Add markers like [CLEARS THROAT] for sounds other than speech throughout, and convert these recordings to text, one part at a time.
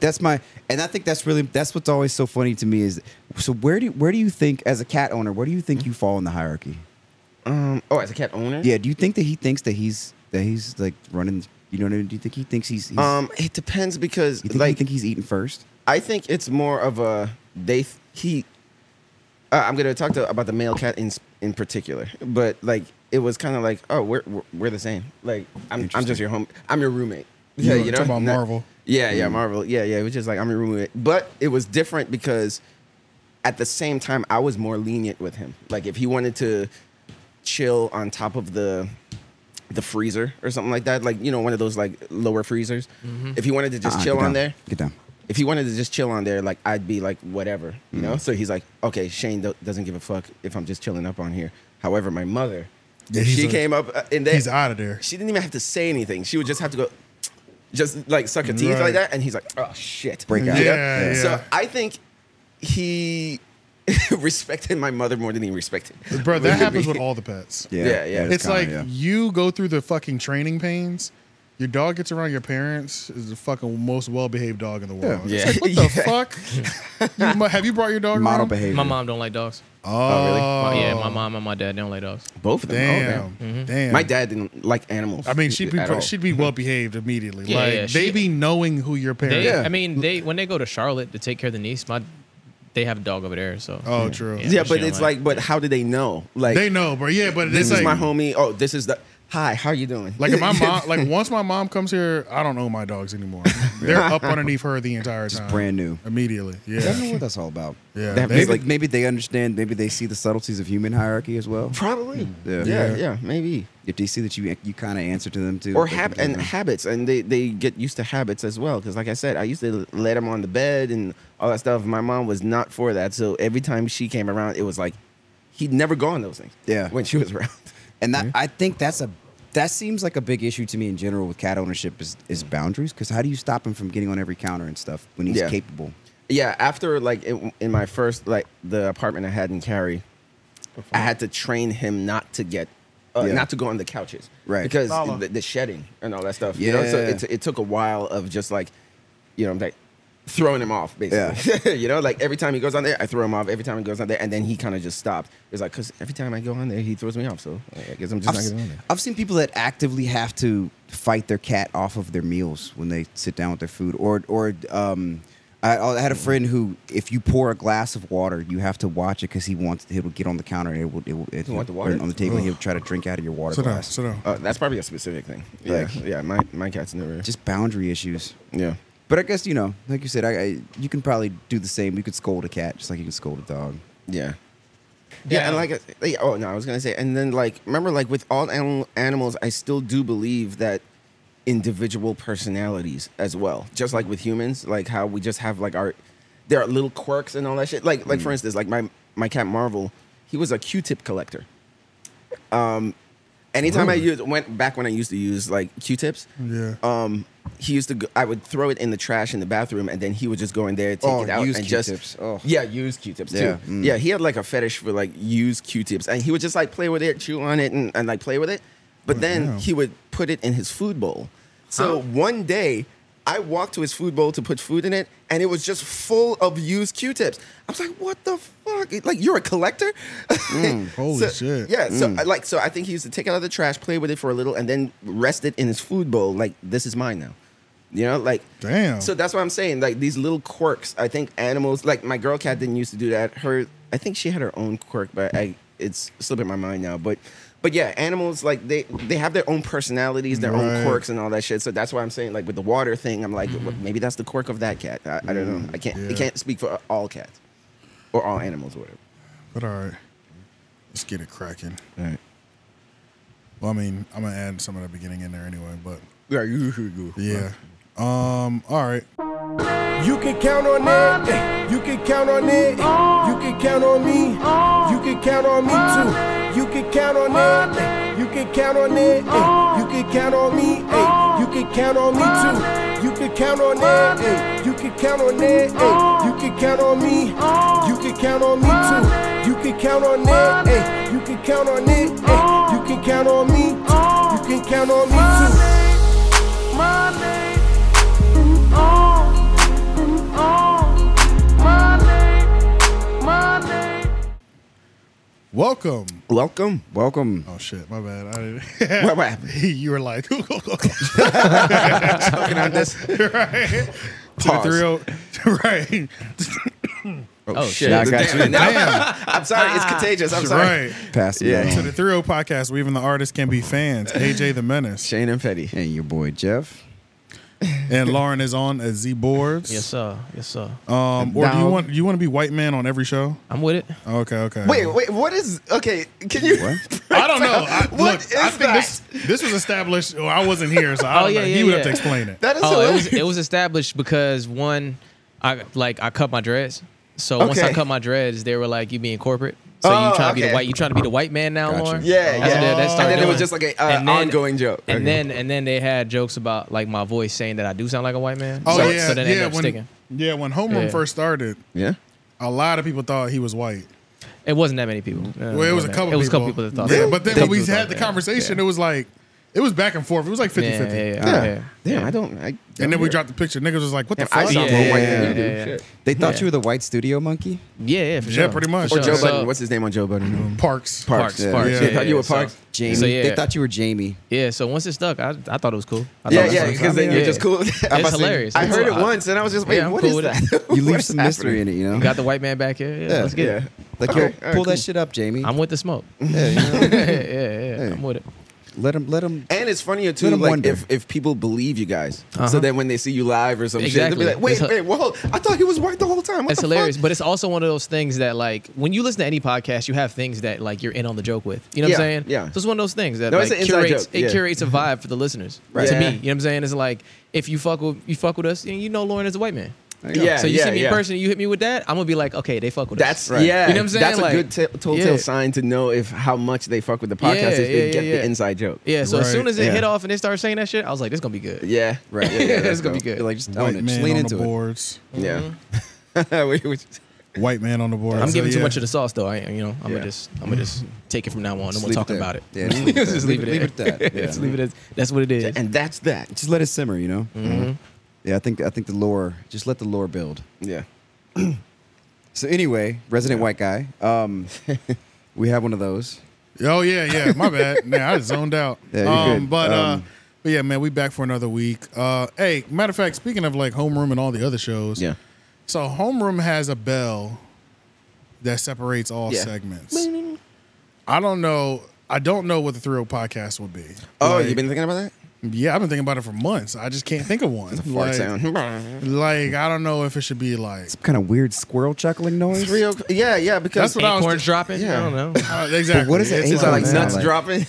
that's my, and I think that's really that's what's always so funny to me is so where do where do you think as a cat owner where do you think you fall in the hierarchy? Um, oh, as a cat owner. Yeah, do you think that he thinks that he's that he's like running? You know what I mean? Do you think he thinks he's? he's Um, it depends because you think, like you think he's eating first? I think it's more of a they th- he. Uh, I'm gonna talk to about the male cat in s- in particular, but like it was kind of like oh we're, we're we're the same. Like I'm I'm just Interesting. your home. I'm your roommate. [LAUGHS] You were talking about Not- Marvel. Mm. Yeah, yeah, Marvel. Yeah, yeah. It was just like I'm your roommate, but it was different because at the same time I was more lenient with him. Like if he wanted to chill on top of the the freezer or something like that, like you know one of those like lower freezers. Mm-hmm. If he wanted to Ah, just Uh-uh, chill get on down. there, Get down. if he wanted to just chill on there, like I'd be like whatever, you Mm-hmm. know. So he's like, okay, Shane do- doesn't give a fuck if I'm just chilling up on here. However, my mother, Yeah, he's she a- came up uh, and then He's out of there. she didn't even have to say anything. She would just have to go, just like suck her teeth Right. like that, and he's like, oh shit, Break out. You know? Yeah, yeah. So I think he [LAUGHS] respected my mother more than he respected, Bro, that happens me. [LAUGHS] with all the pets. Yeah, yeah. that's It's kinda- like yeah. you go through the fucking training pains. Your dog gets around your parents is the fucking most well behaved dog in the world. Yeah. It's like, [LAUGHS] Yeah. what the fuck? you, mu- have you brought your dog model around? behavior. My mom don't like dogs. Oh, really? My- yeah, my mom Mm-hmm. and my dad they don't like dogs. both of them. Damn, Oh, damn. man. My dad didn't like animals. I mean, she'd be at all. she'd be well behaved immediately. Yeah, like yeah, they she- be knowing who your parents. They, I mean, they when they go to Charlotte to take care of the niece, my they have a dog over there. So Oh, true. Yeah. yeah, she but don't it's like- like, but how do they know? Like they know, bro. Yeah, but this it's like is my homie. Oh, this is the hi. How you doing? Like if my mom, like once my mom comes here, I don't own my [LAUGHS] dogs anymore. They're up underneath her the entire time. brand new. Immediately. I don't know Yeah. what that's all about. Yeah. That They- Maybe, like, maybe they understand. Maybe they see the subtleties of human hierarchy as well. [LAUGHS] probably. Yeah. Yeah. yeah, Yeah. maybe. If they see that you you kind of answer to them too, Or they hab- can and kinda- habits, and they they get used to habits as well. Because like I said, I used to let them on the bed and all that stuff. My mom was not for that, so every time she came around, it was like he'd never go on those things. Yeah. when she was around. And that I think that's a that seems like a big issue to me in general with cat ownership is is boundaries because how do you stop him from getting on every counter and stuff when he's Yeah. capable? yeah, after like in, in my first like the apartment I had in Cary, I had to train him not to get. Uh, Yeah. Not to go on the couches, Right. Because Follow. the, the shedding and all that stuff. You know, so Yeah. it, it took a while of just like, you know, like throwing him off, basically. [LAUGHS] you know, like every time he goes on there, I throw him off. Every time he goes on there, and then he kind of just stopped. It's like because every time I go on there, he throws me off. So I guess I'm just I've, not s- going on there. I've seen people that actively have to fight their cat off of their meals when they sit down with their food, or or um, I, I had a friend who, if you pour a glass of water, you have to watch it because he wants he will get on the counter and it will it will it want the will put it water? on the table and he'll try to drink out of your water Sit down. glass. Sit down. Uh, that's probably a specific thing. Yeah, Like- yeah. My my cat's never. Just boundary issues. yeah. But I guess you know, like you said, I, I you can probably do the same. You could scold a cat just like you can scold a dog. Yeah. Yeah, Yeah. and like, uh, yeah, oh no, I was gonna say, and then like, remember, like with all animal, animals, I still do believe that individual personalities as well, just like with humans, like how we just have like our, there are little quirks and all that shit. Like, like for instance, like my my cat Marvel, he was a Q-tip collector. Um, Anytime I used went back when I used to use like Q-tips, Yeah. um, he used to. Go, I would throw it in the trash in the bathroom, and then he would just go in there, take Oh, it out, used and Q-tips. just Oh. yeah, use Q-tips Yeah. too. Mm. Yeah, he had like a fetish for like used Q-tips, and he would just like play with it, chew on it, and, and like play with it. Oh, But then wow. he would put it in his food bowl. So one day, I walked to his food bowl to put food in it, and it was just full of used Q-tips. I was like, "What the fuck? Like you're a collector?" Mm. [LAUGHS] Holy So- shit. Mm. Yeah, so I like so I think he used to take it out of the trash, play with it for a little, and then rest it in his food bowl. Like this is mine now. You know, like Damn. So that's what I'm saying. Like these little quirks. I think animals. Like my girl cat didn't used to do that. Her, I think she had her own quirk, but I it's slipping my mind now. But but yeah, animals like they they have their own personalities, their Right. own quirks, and all that shit. So that's why I'm saying like with the water thing, I'm like well, maybe that's the quirk of that cat. I, I don't know. I can't I Mm-hmm. Yeah. can't speak for all cats or all animals or whatever. But all right. Let's get it cracking. All right. Well, I mean, I'm gonna add some of the beginning in there anyway, but Yeah, you should go. yeah. Um, all right. You can count on it. eh, You can count on it. eh, You can count on me. You can count on me too. You can count on it. eh, You can count on it. eh, You can count on me. eh, You can count on me too. You can count on it. eh, You can count on it. eh, You can count on me. You can count on me too. You can count on it. eh, You can count on it. eh, You can count on me. You can count on me too. Money, money, oh, Welcome. Welcome. Welcome. Oh shit, my bad. I [LAUGHS] didn't. [LAUGHS] What, what happened? you were like [LAUGHS] Talking on this. [LAUGHS] right. To the Pause. 30 [LAUGHS] right. [LAUGHS] Oh, Oh, shit! shit. I got you. Damn. I'm sorry. It's contagious. I'm sorry. Right. Pass it Yeah. [LAUGHS] To on. the 30 podcast where even the artists can be fans. AJ the [LAUGHS] Menace. Shane and Petty. And your boy [LAUGHS] Jeff. And Lauren is on as Z Boards. Yes, sir. Yes, sir. Um or do you Dog. want you want to be white man on every show? I'm with it. Okay, okay. Wait, wait. What is? Okay, can you? What? I don't know. I, What look, is I think that? this this was established. Well, I wasn't here, so I [LAUGHS] Oh, don't yeah, know. yeah, he would yeah. have to explain [LAUGHS] it. That is Oh, it hilarious. was it was established because one, I like I cut my dreads. So once I Okay. cut my dreads, they were like, "You being corporate." So Oh, you trying to be okay. the white? You trying to be the white man now, Gotcha. Lauren? Yeah, That's yeah. what they- that's what and then they're it was doing. just like a uh, And then- ongoing joke. And Okay. then and then they had jokes about like my voice saying that I do sound like a white man. Oh so, yeah, so then it yeah. ended up When sticking. yeah, when homeroom Yeah. first started, yeah. a lot of people thought he was white. It wasn't that many people. Uh, Well, it was a couple. It was a people. couple people that thought. Yeah, that. but then They- when we people had thought the that. conversation, Yeah. it was like it was back and forth. It was like 50 Yeah, 50 Ah, yeah, yeah, Yeah. yeah. Damn, I don't. I, And then we dropped the picture. Niggas was like, "What the Damn, I fuck?" sound Yeah, more white yeah, than you do. yeah, yeah. Shit. They thought Yeah. you were the white studio monkey? Yeah, yeah, for Yeah, sure. pretty much. For Or Yeah, Joe So- Budden. What's his name on Joe Budden? Parks. Parks? Yeah. Parks. Yeah. Yeah, They thought you were so- Parks. Jamie. So, yeah. They thought you were [LAUGHS] Jamie. Yeah, so once it stuck, I, I thought it was cool. I thought Yeah, it was yeah, cool. because then Yeah. you're just cool. with [LAUGHS] it. I must- hilarious. I It's heard cool. it I- once, and I was just, wait, Yeah, I'm what is cool [LAUGHS] with that? You [LAUGHS] What leave is some happening? mystery in it, you know? Got the white man back here. Yeah, Yeah. let's get Yeah. it. Like, Okay, yo, all right, pull that cool. shit up, Jamie. I'm with the smoke. yeah, [LAUGHS] you know? yeah, yeah, yeah. I'm with it. let him, let him. And it's funnier too, Let 'em like wonder. if, if people believe you guys, so Uh-huh. then when they see you live or some Exactly. shit, they'll be like, It's "Wait, hi- wait, whoa! I thought he was white the whole time." What It's the hilarious, fuck? but it's also one of those things that like when you listen to any podcast, you have things that like you're in on the joke with. You know what I'm Yeah, saying? yeah. So it's one of those things that No, it's like, an inside curates joke, it yeah. curates a vibe for the listeners. Right. To me, Yeah. you know what I'm saying? It's like if you fuck with you fuck with us, and you know Lauren is a white man. Yeah, so you yeah, see me yeah. in person, you hit me with that, I'm gonna be like, okay, they fuck with That's us. Right. yeah. You know what I'm saying? That's Like- a good t- telltale Yeah. sign to know if how much they fuck with the podcast Yeah, if they yeah, get yeah, the yeah. inside joke. Yeah. So Right. as soon as it Yeah. hit off and they started saying that shit, I was like, this gonna be good. [LAUGHS] Yeah. Right. Yeah, [LAUGHS] It's let's gonna be good. You're like, just own White it. Just man lean on into the it. boards. Yeah. [LAUGHS] We- we- White man on the boards. I'm So, giving yeah. too much of the sauce though. I ain't- you know, I'm Yeah. gonna just I'm gonna just take it from now on. No Just more leave it talking there. about it. Yeah, just leave it [LAUGHS] Just there. leave Leave it it at at that. that. Yeah. [LAUGHS] Just leave it at that's what it is. and that's that. Just let it simmer, you know? Mm-hmm. Yeah, I think I think the lore. Just let the lore build. Yeah. So anyway, resident white guy. [LAUGHS] Um, we have one of those. Oh yeah, yeah. My bad. [LAUGHS] Nah, I zoned out. Yeah, you're um, good. But uh, Um, but yeah, man, we back for another week. Uh, hey, matter of fact, speaking of like homeroom and all the other shows, Yeah. So homeroom has a bell that separates all Yeah. segments. I don't know. I don't know what the Thrill podcast will be. Oh, Like, you've been thinking about that? yeah, I've been thinking about it for months. I just can't think of one. Fart like, [LAUGHS] sound. like I don't know if it should be like Some kind of weird squirrel chuckling noise. Real, yeah, yeah, because That's what I was Acorns thi- dropping. yeah. I don't know. uh, exactly. But what is it? It's It's Is it like Oh, man. nuts Like- [LAUGHS] dropping?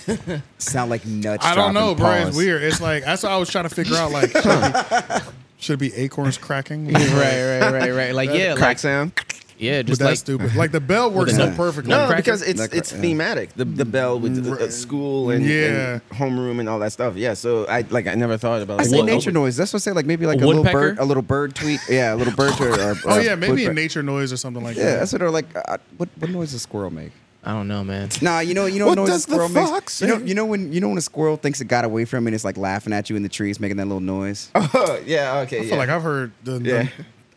Sound like nuts. I don't know, dropping bro. It's paws. weird. It's like that's what I was trying to figure out. Like, should it be, [LAUGHS] should it be acorns cracking? right, right, right, right. Like [LAUGHS] yeah, Crack like sound? yeah, But just that's like stupid. Like the bell works a so nut. perfectly. No, Nutcracker? because it's it's Nutcracker, yeah. thematic. The the bell with the, the school and, Yeah. and homeroom and all that stuff. Yeah. So I like I never thought about. oh, I Like, say what- nature noise. That's what I say. Like maybe like a, little woodpecker? bird, a little bird tweet. Yeah, a little bird tweet. Or, or, oh yeah, maybe a woodpecker. nature noise or something like Yeah, that. that's what. Or like, uh, what what noise does a squirrel make? I don't know, man. Nah, you know, you know, What noise a does the squirrel makes. fox you know, say? you know when you know when a squirrel thinks it got away from it, and it's like laughing at you in the trees, making that little noise. Oh, [LAUGHS] yeah. Okay. I yeah. feel like I've heard the. the- Yeah.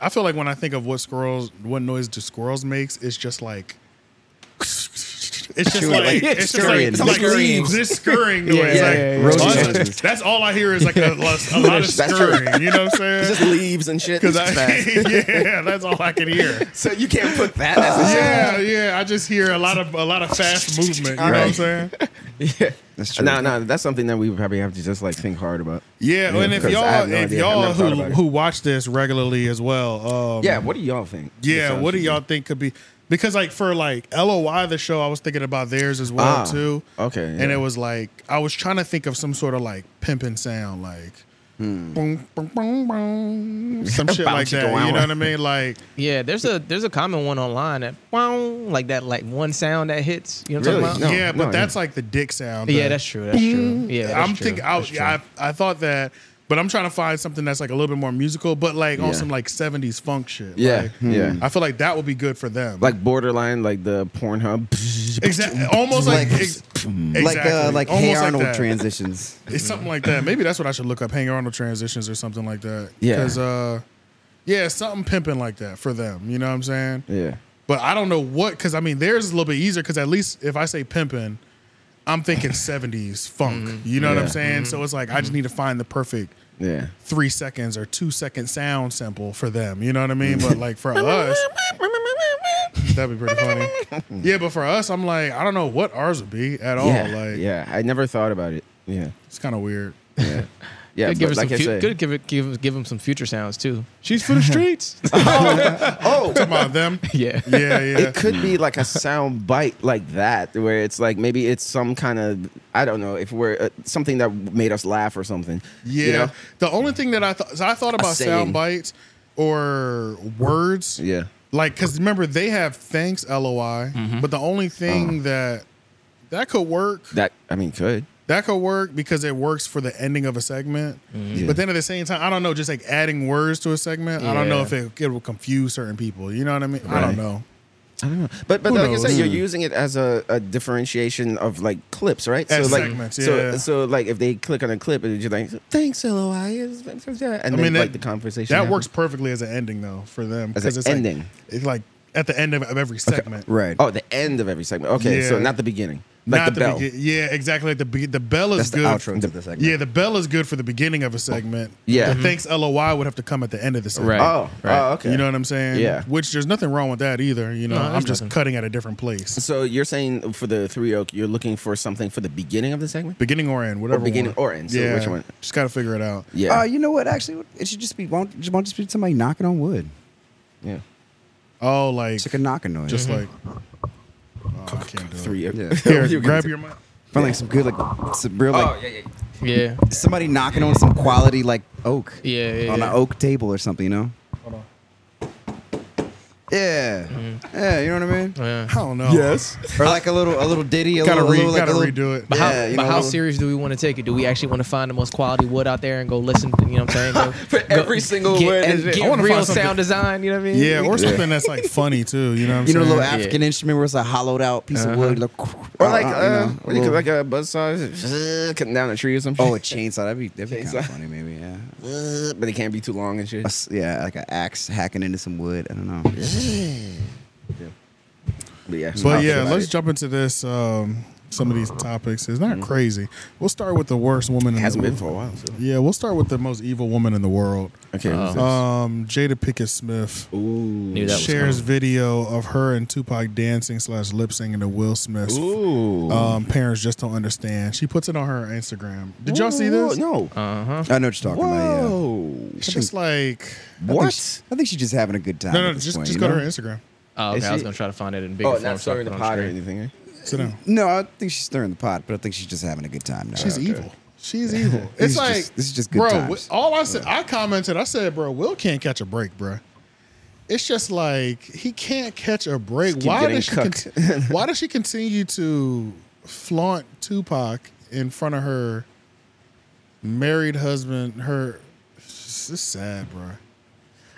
I feel like when I think of what squirrels, what noise do squirrels makes, it's just like. [LAUGHS] It's just Chewing, like, like, it's just like, scurrying. it's like Scurrying. [LAUGHS] this scurrying noise. yeah, like, yeah, yeah. Rosie honestly, Matthews. that's all I hear is like [LAUGHS] a, a lot of That's right. scurrying. You know what I'm [LAUGHS] It's saying? just leaves and shit. Because It's I, [LAUGHS] fast. yeah, that's all I [LAUGHS] can hear. so you can't put that as a Yeah, yeah, I just hear a lot of a lot of fast movement. You know what I'm Right. saying? [LAUGHS] That's true. No, no, that's something that we would probably have to just like think hard about. Yeah, and if 'cause I y'all have no if idea. I've y'all never thought who about it. who watch this regularly as well, um, Yeah, what do y'all think? Yeah, Besides what do you? y'all think could be? Because like for like LOI the show, I was thinking about theirs as well Ah, too. okay, and yeah. it was like I was trying to think of some sort of like pimping sound, like boom, boom, boom, [LAUGHS] boom, some shit Hmm. like Bouncy that. go You know out. what I mean? Like Yeah, there's a there's a common one online that wow, like that like one sound that hits. You know what I'm Really? [LAUGHS] talking No, about? yeah, but no, that's like the dick sound. Yeah, the- that's true. That's true. Yeah, that's I'm true, thinking. I, that's true. I I thought that, but I'm trying to find something that's like a little bit more musical, but like on Yeah. some like '70s funk shit. Yeah, Like, yeah. I feel like that would be good for them. Like borderline, like the Pornhub. [LAUGHS] exactly, almost like, Like- ex- hmm. like uh, exactly. like Almost Hey Arnold that. transitions. It's something like that. Maybe that's what I should look up. Hang Arnold transitions or something like that. Yeah. Because uh, yeah, something pimping like that for them. You know what I'm saying? Yeah. But I don't know what because I mean theirs is a little bit easier because at least if I say pimping, I'm [LAUGHS] thinking 70s funk. You know what Mm-hmm. Yeah. I'm Mm-hmm. saying? So it's like I just need to find the perfect Yeah. three seconds or two second sound sample for them. You know what I Mm-hmm. mean? But like [LAUGHS] for us, that'd be pretty funny. Yeah, but for us, I'm like, I don't know what ours would be at all. yeah, like yeah. I never thought about it. Yeah, it's kind of weird. yeah. Could but give, her some like I fu- said- could give, her- give, give him some future sounds too. She's for the streets. oh, Talking [LAUGHS] about them. yeah. Yeah, [LAUGHS] yeah. it could be like a sound bite like that, where it's like maybe it's some kind of I don't know if we're uh, something that made us laugh or something. Yeah. you know? The only thing that I thought so I thought about sound saying. bites or words. yeah. Like, cause remember they have thanks LOI, Mm-hmm. but the only thing that that could work Uh-huh. That I mean, could that could work because it works for the ending of a segment. Yeah. But then at the same time, I don't know, just like adding words to a segment, I don't know Yeah. if it, it will confuse certain people. You know what I mean? I Right. don't know. I don't know, but but Who like I said, knows? you're using it as a, a differentiation of like clips, right? As like segments, yeah. so so like if they click on a clip and you're like, thanks, LOI, and then mean, that- like the conversation That happens. works perfectly as an ending though for them. As 'cause an like- ending. it's like at the end of, of every segment. Right. Oh, the end of every segment. Okay, so Yeah. not the beginning, like the, bell. begin- yeah, exactly. Like the be- the bell is That's the good. outro to the segment. Yeah, the bell is good for the beginning of a segment. Yeah. The thanks LOI would have to come at the end of the segment. Mm-hmm. Right. Oh, oh, okay. You know what I'm saying? Yeah. Which there's nothing wrong with that either. You know, No, there's I'm just nothing. cutting at a different place. So you're saying for the three oak, you're looking for something for the beginning of the segment? Beginning or end, whatever. beginning one. or end, so which one? Just gotta figure it out. Yeah, Uh, you know what? Actually, it should just be won't, just won't just be somebody knocking on wood. yeah. Oh, like It's like a knocking noise. just like. Mm-hmm. Oh, I can't do it. Three oak. Yeah. [LAUGHS] Here, You grab can- your mic. Find like some good like some real like Oh, yeah, yeah. [LAUGHS] Yeah. somebody knocking on some quality like oak. Yeah, yeah, on yeah. an oak table or something, you know. Hold on. Yeah. Yeah, you know what I mean. Yeah. I don't know. Or like a little a little ditty. A Gotta little, re- a little, like gotta a little, redo it. Yeah, But How, you know, but how a little- serious do we want to take it? Do we actually want to find the most quality wood out there and go listen? You know what I'm saying? Go, For go- every single get, word and is- I get wanna real find something- sound design. You know what I mean? Yeah, or something that's like funny too. You know what I'm You know, a saying? little African instrument where it's a hollowed out piece of wood, like, [LAUGHS] Or like, uh, you know, a what do you little- call- like a buzz saw, uh, cutting down a tree or something. oh, a chainsaw. That'd be [LAUGHS] that'd be kind Chainsaw. of funny, maybe. Yeah, Uh, [LAUGHS] but it can't be too long and shit. A s- yeah, like an axe hacking into some wood. I don't know. But yeah, But I'll yeah, think about let's it. jump into this. Um, some of these topics. It's not crazy. We'll start with the worst It woman. in Mm-hmm. hasn't the been for a while. So. Yeah, we'll start with the most evil woman in the world. Okay. who's this? Um, Jada Pickett Smith Ooh. Knew that was shares coming. video of her and Tupac dancing slash lip singing to Will Smith's. Ooh. Um, parents just don't understand. She puts it on her Instagram. Did y'all see Ooh, this? No. Uh-huh. Oh, I know what you're talking about. Yeah. Whoa. It's just like I think What? she- I think she's just having a good time. no, no. at this Just point, just you go to know? her Instagram. Oh, okay. Is I was she- gonna try to find it in bigger Oh, form. not so I stirring could the put it on pot or screen. anything. eh? Sit down. No, I think she's stirring the pot, but I think she's just having a good time now. She's evil. [LAUGHS] She's evil. This It's is like just- this is just good bro. times. wh- All I said, I commented. I said, bro, Will can't catch a break, bro. It's just like he can't catch a break. keep Why getting does she? cooked. con- [LAUGHS] why does she continue to flaunt Tupac in front of her married husband? Her, this is sad, bro.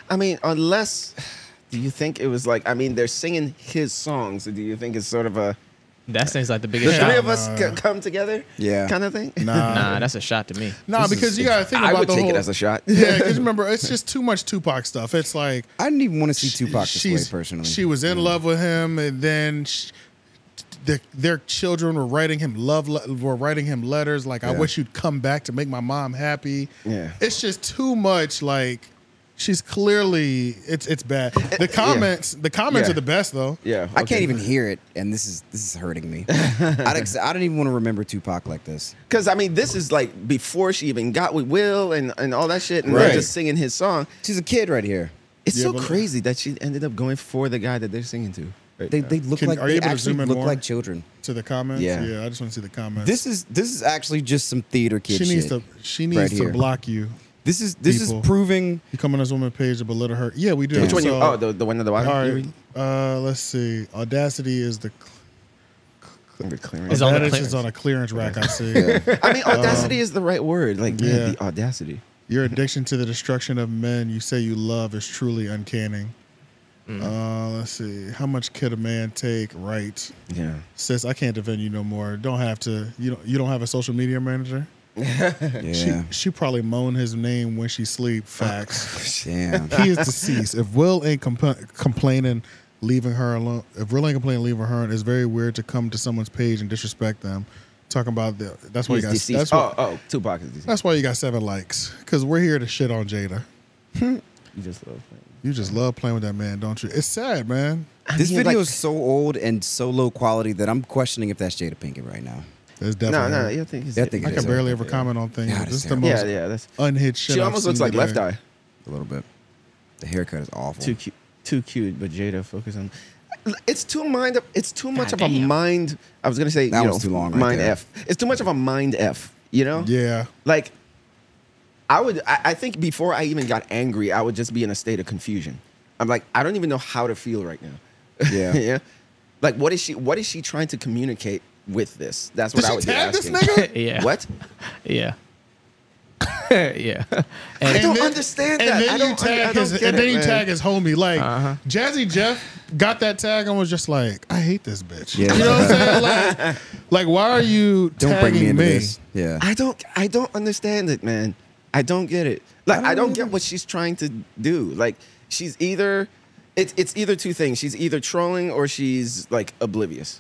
I mean, unless [SIGHS] do you think it was like I mean, they're singing his songs. So do you think it's sort of a That seems like the the biggest three shot. of us c- come together? Yeah. Kind of thing. [LAUGHS] Nah, that's a shot to me. nah, This is- because you gotta think I about would the take whole. it as a shot. [LAUGHS] yeah, because remember, it's just too much Tupac stuff. It's like I didn't even want to see Tupac this way she's- personally. She was in love with him, and then sh the, their children were writing him love le- were writing him letters like "I Yeah. wish you'd come back to make my mom happy." Yeah. it's just too much. Like she's clearly it's it's bad. The comments the comments Yeah. are the best though. yeah. I can't okay. even hear it, and this is this is hurting [LAUGHS] me. I don't, I don't even want to remember Tupac like this. Because I mean, this is like before she even got with Will and, and all that shit, and Right. they're just singing his song. She's a kid right here. It's Yeah, so but- crazy that she ended up going for the guy that they're singing to. They, they look Can- like are you they able to actually zoom in look more? like children. To the comments, Yeah. I just want to see the comments. This is this is actually just some theater she kid needs to shit. she needs right to here. block you. This is this people. is proving. You come on this woman page to belittle her. Yeah, we do. Which one? You, So- oh, the, the one at the bottom. all You right. read? Uh, let's see. Audacity is the Under clearance. It's on the That is clearance. just on a clearance rack. I see. I mean, audacity is the right word. Like, man, Um, yeah. the audacity. Your addiction to the destruction of men you say you love is truly uncanny. Mm. Uh, let's see. How much could a man take? Right, Yeah. sis. I can't defend you no more. Don't have to. You don't. You don't have a social media manager. Yeah. She, she probably moan his name when she sleep. Facts. Damn. [LAUGHS] he is deceased. If Will ain't compl- complaining leaving her alone. If real ain't complaining, leaving her. alone, It's very weird to come to someone's page and disrespect them. Talking about the that's why you He's got deceased. that's oh, why, oh, Tupac is deceased. that's why you got seven likes because we're here to shit on Jada. You just love playing. You just love playing with that man, don't you? It's sad, man. This mean, video like- is so old and so low quality that I'm questioning if that's Jada Pinkett right now. It's No, definitely. no, you think he's I think I it can is. barely ever comment on things. God, but this it's is the terrible. most Yeah, yeah, that's. unhit shit. She I've almost looks seen like Left today. Eye. A little bit. The haircut is awful. Too cute, too cute, but Jada focus on. It's too mind. It's too much of a Goddamn. mind. I was gonna say That you one's know, too long right mind there. F. It's too much of a mind F. You know. Yeah. Like, I would. I, I think before I even got angry, I would just be in a state of confusion. I'm like, I don't even know how to feel right now. Yeah. [LAUGHS] yeah. Like, what is she? What is she trying to communicate with this? That's what Did I she would tag be this asking. [LAUGHS] nigga? yeah. What? [LAUGHS] Yeah. yeah. And I don't understand and that. Then I you don't, tag I, I don't his, get and it, then you man. Uh-huh. tag his homie. Like Jazzy Jeff got that tag and was just like, I hate this bitch. Yeah. You know what I'm saying? [LAUGHS] Like, like why are you Don't tagging bring me into me? this. Yeah. I don't I don't understand it, man. I don't get it. Like I don't, get Oh. what she's trying to do. Like she's either it's it's either two things. She's either trolling or she's like oblivious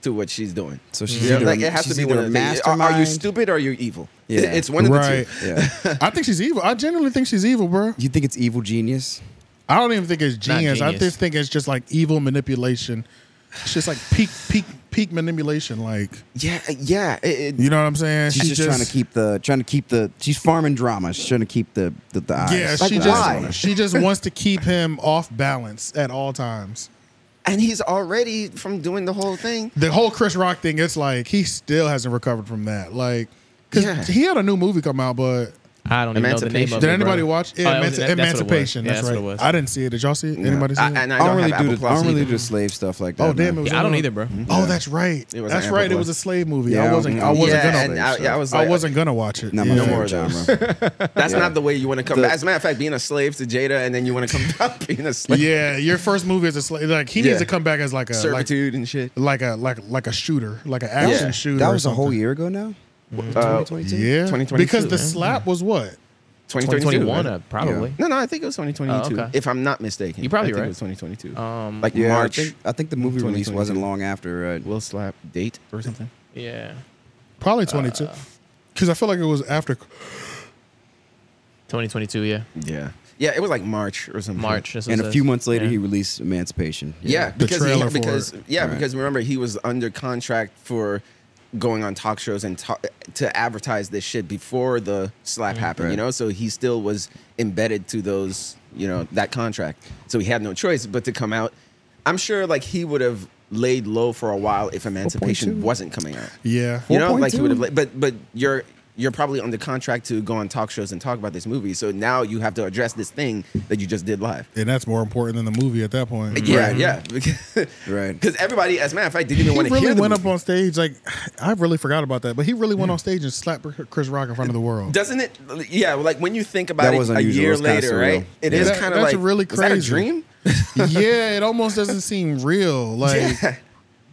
to what she's doing. So she's You know, either- like it has she's to be either one of the a two. Are, are you mastermind- stupid or are you evil? Yeah. It- It's one of Right. the two. yeah. I think she's evil. I genuinely think she's evil, bro. You think it's evil genius? I don't even think it's Not genius. I genius. just think it's just like evil manipulation. It's just like peak, peak, peak manipulation. Like, Yeah, yeah. It, it, you know what I'm saying? She's just, trying to keep the trying to keep the she's farming drama. She's trying to keep the the, the eyes. Yeah, she the just eyes on her. she just wants to keep him off balance at all times. and he's already from doing the whole thing. The whole Chris Rock thing, it's like he still hasn't recovered from that. Like, 'cause Yeah. he had a new movie come out, but I don't even know the name Emancipation. of did it. anybody bro. watch it? Oh, it Emanci- was- that- that's what it was. Emancipation? Yeah, That's, that's right. what it was. I didn't see it. Did y'all see it? Anybody see I, it? and I I don't, don't really have do Apple the, I don't Plus really either. do the slave stuff like that. oh damn! no. It was Yeah, I on- don't either, bro. Oh, that's right. It was That's on right. Apple It was a Plus. slave movie. Yeah, I wasn't. I mm, wasn't yeah, gonna. and I, yeah, I was I like, wasn't gonna watch it. Not yeah. my No more favorite of those. genre. [LAUGHS] That's Yeah. not the way you want to come. The- back. As a matter of fact, being a slave to Jada, and then you want to come [LAUGHS] back being a slave, Yeah, your first movie as a slave. Like he Yeah. needs to come back as like a like, servitude and shit. uh, like a like like a shooter, like an action Yeah. shooter. that or was [LAUGHS] a whole something. year ago now. Uh, 2022? Yeah, 2022, because the yeah. slap was what 2022. 2021, right? uh, probably. No, no, I think it was 2022. Oh, okay. If I'm not mistaken, You're probably I think right. It was 2022. Um, like Yeah, March. I think, I think the movie release 2022. wasn't long after. Uh, Will slap date or something. Yeah. probably twenty Uh, two. Because I feel like it was after. 2022, yeah. Yeah, yeah, it was like March or something. March. that's what and it a few says. months later, Yeah. he released Emancipation. Yeah, The because he, trailer for because it. yeah, Right. because remember he was under contract for going on talk shows and ta- to advertise this shit before the slap Mm-hmm. happened, you Right. know. So he still was embedded to those, you know, that contract. So he had no choice but to come out. I'm sure like he would have laid low for a while if Emancipation 4.2. wasn't coming out. Yeah, You know, like he would have, 4.2. la- but but you're you're probably under contract to go on talk shows and talk about this movie. So now you have to address this thing that you just did live. and that's more important than the movie at that point. Yeah, Right. yeah. [LAUGHS] Right. Because everybody, as a matter of fact, didn't even Mm-hmm. want He to hear really the went up movie. on stage like [SIGHS] I really forgot about that, but he really went on stage and slapped Chris Rock in front of the world. Doesn't it? Yeah, like when you think about That it was a unusual. It year was kinda later, right? surreal. It Yeah. is That- kind of that's like really was that a crazy. dream? [LAUGHS] yeah, it almost doesn't [LAUGHS] seem real. Like Yeah.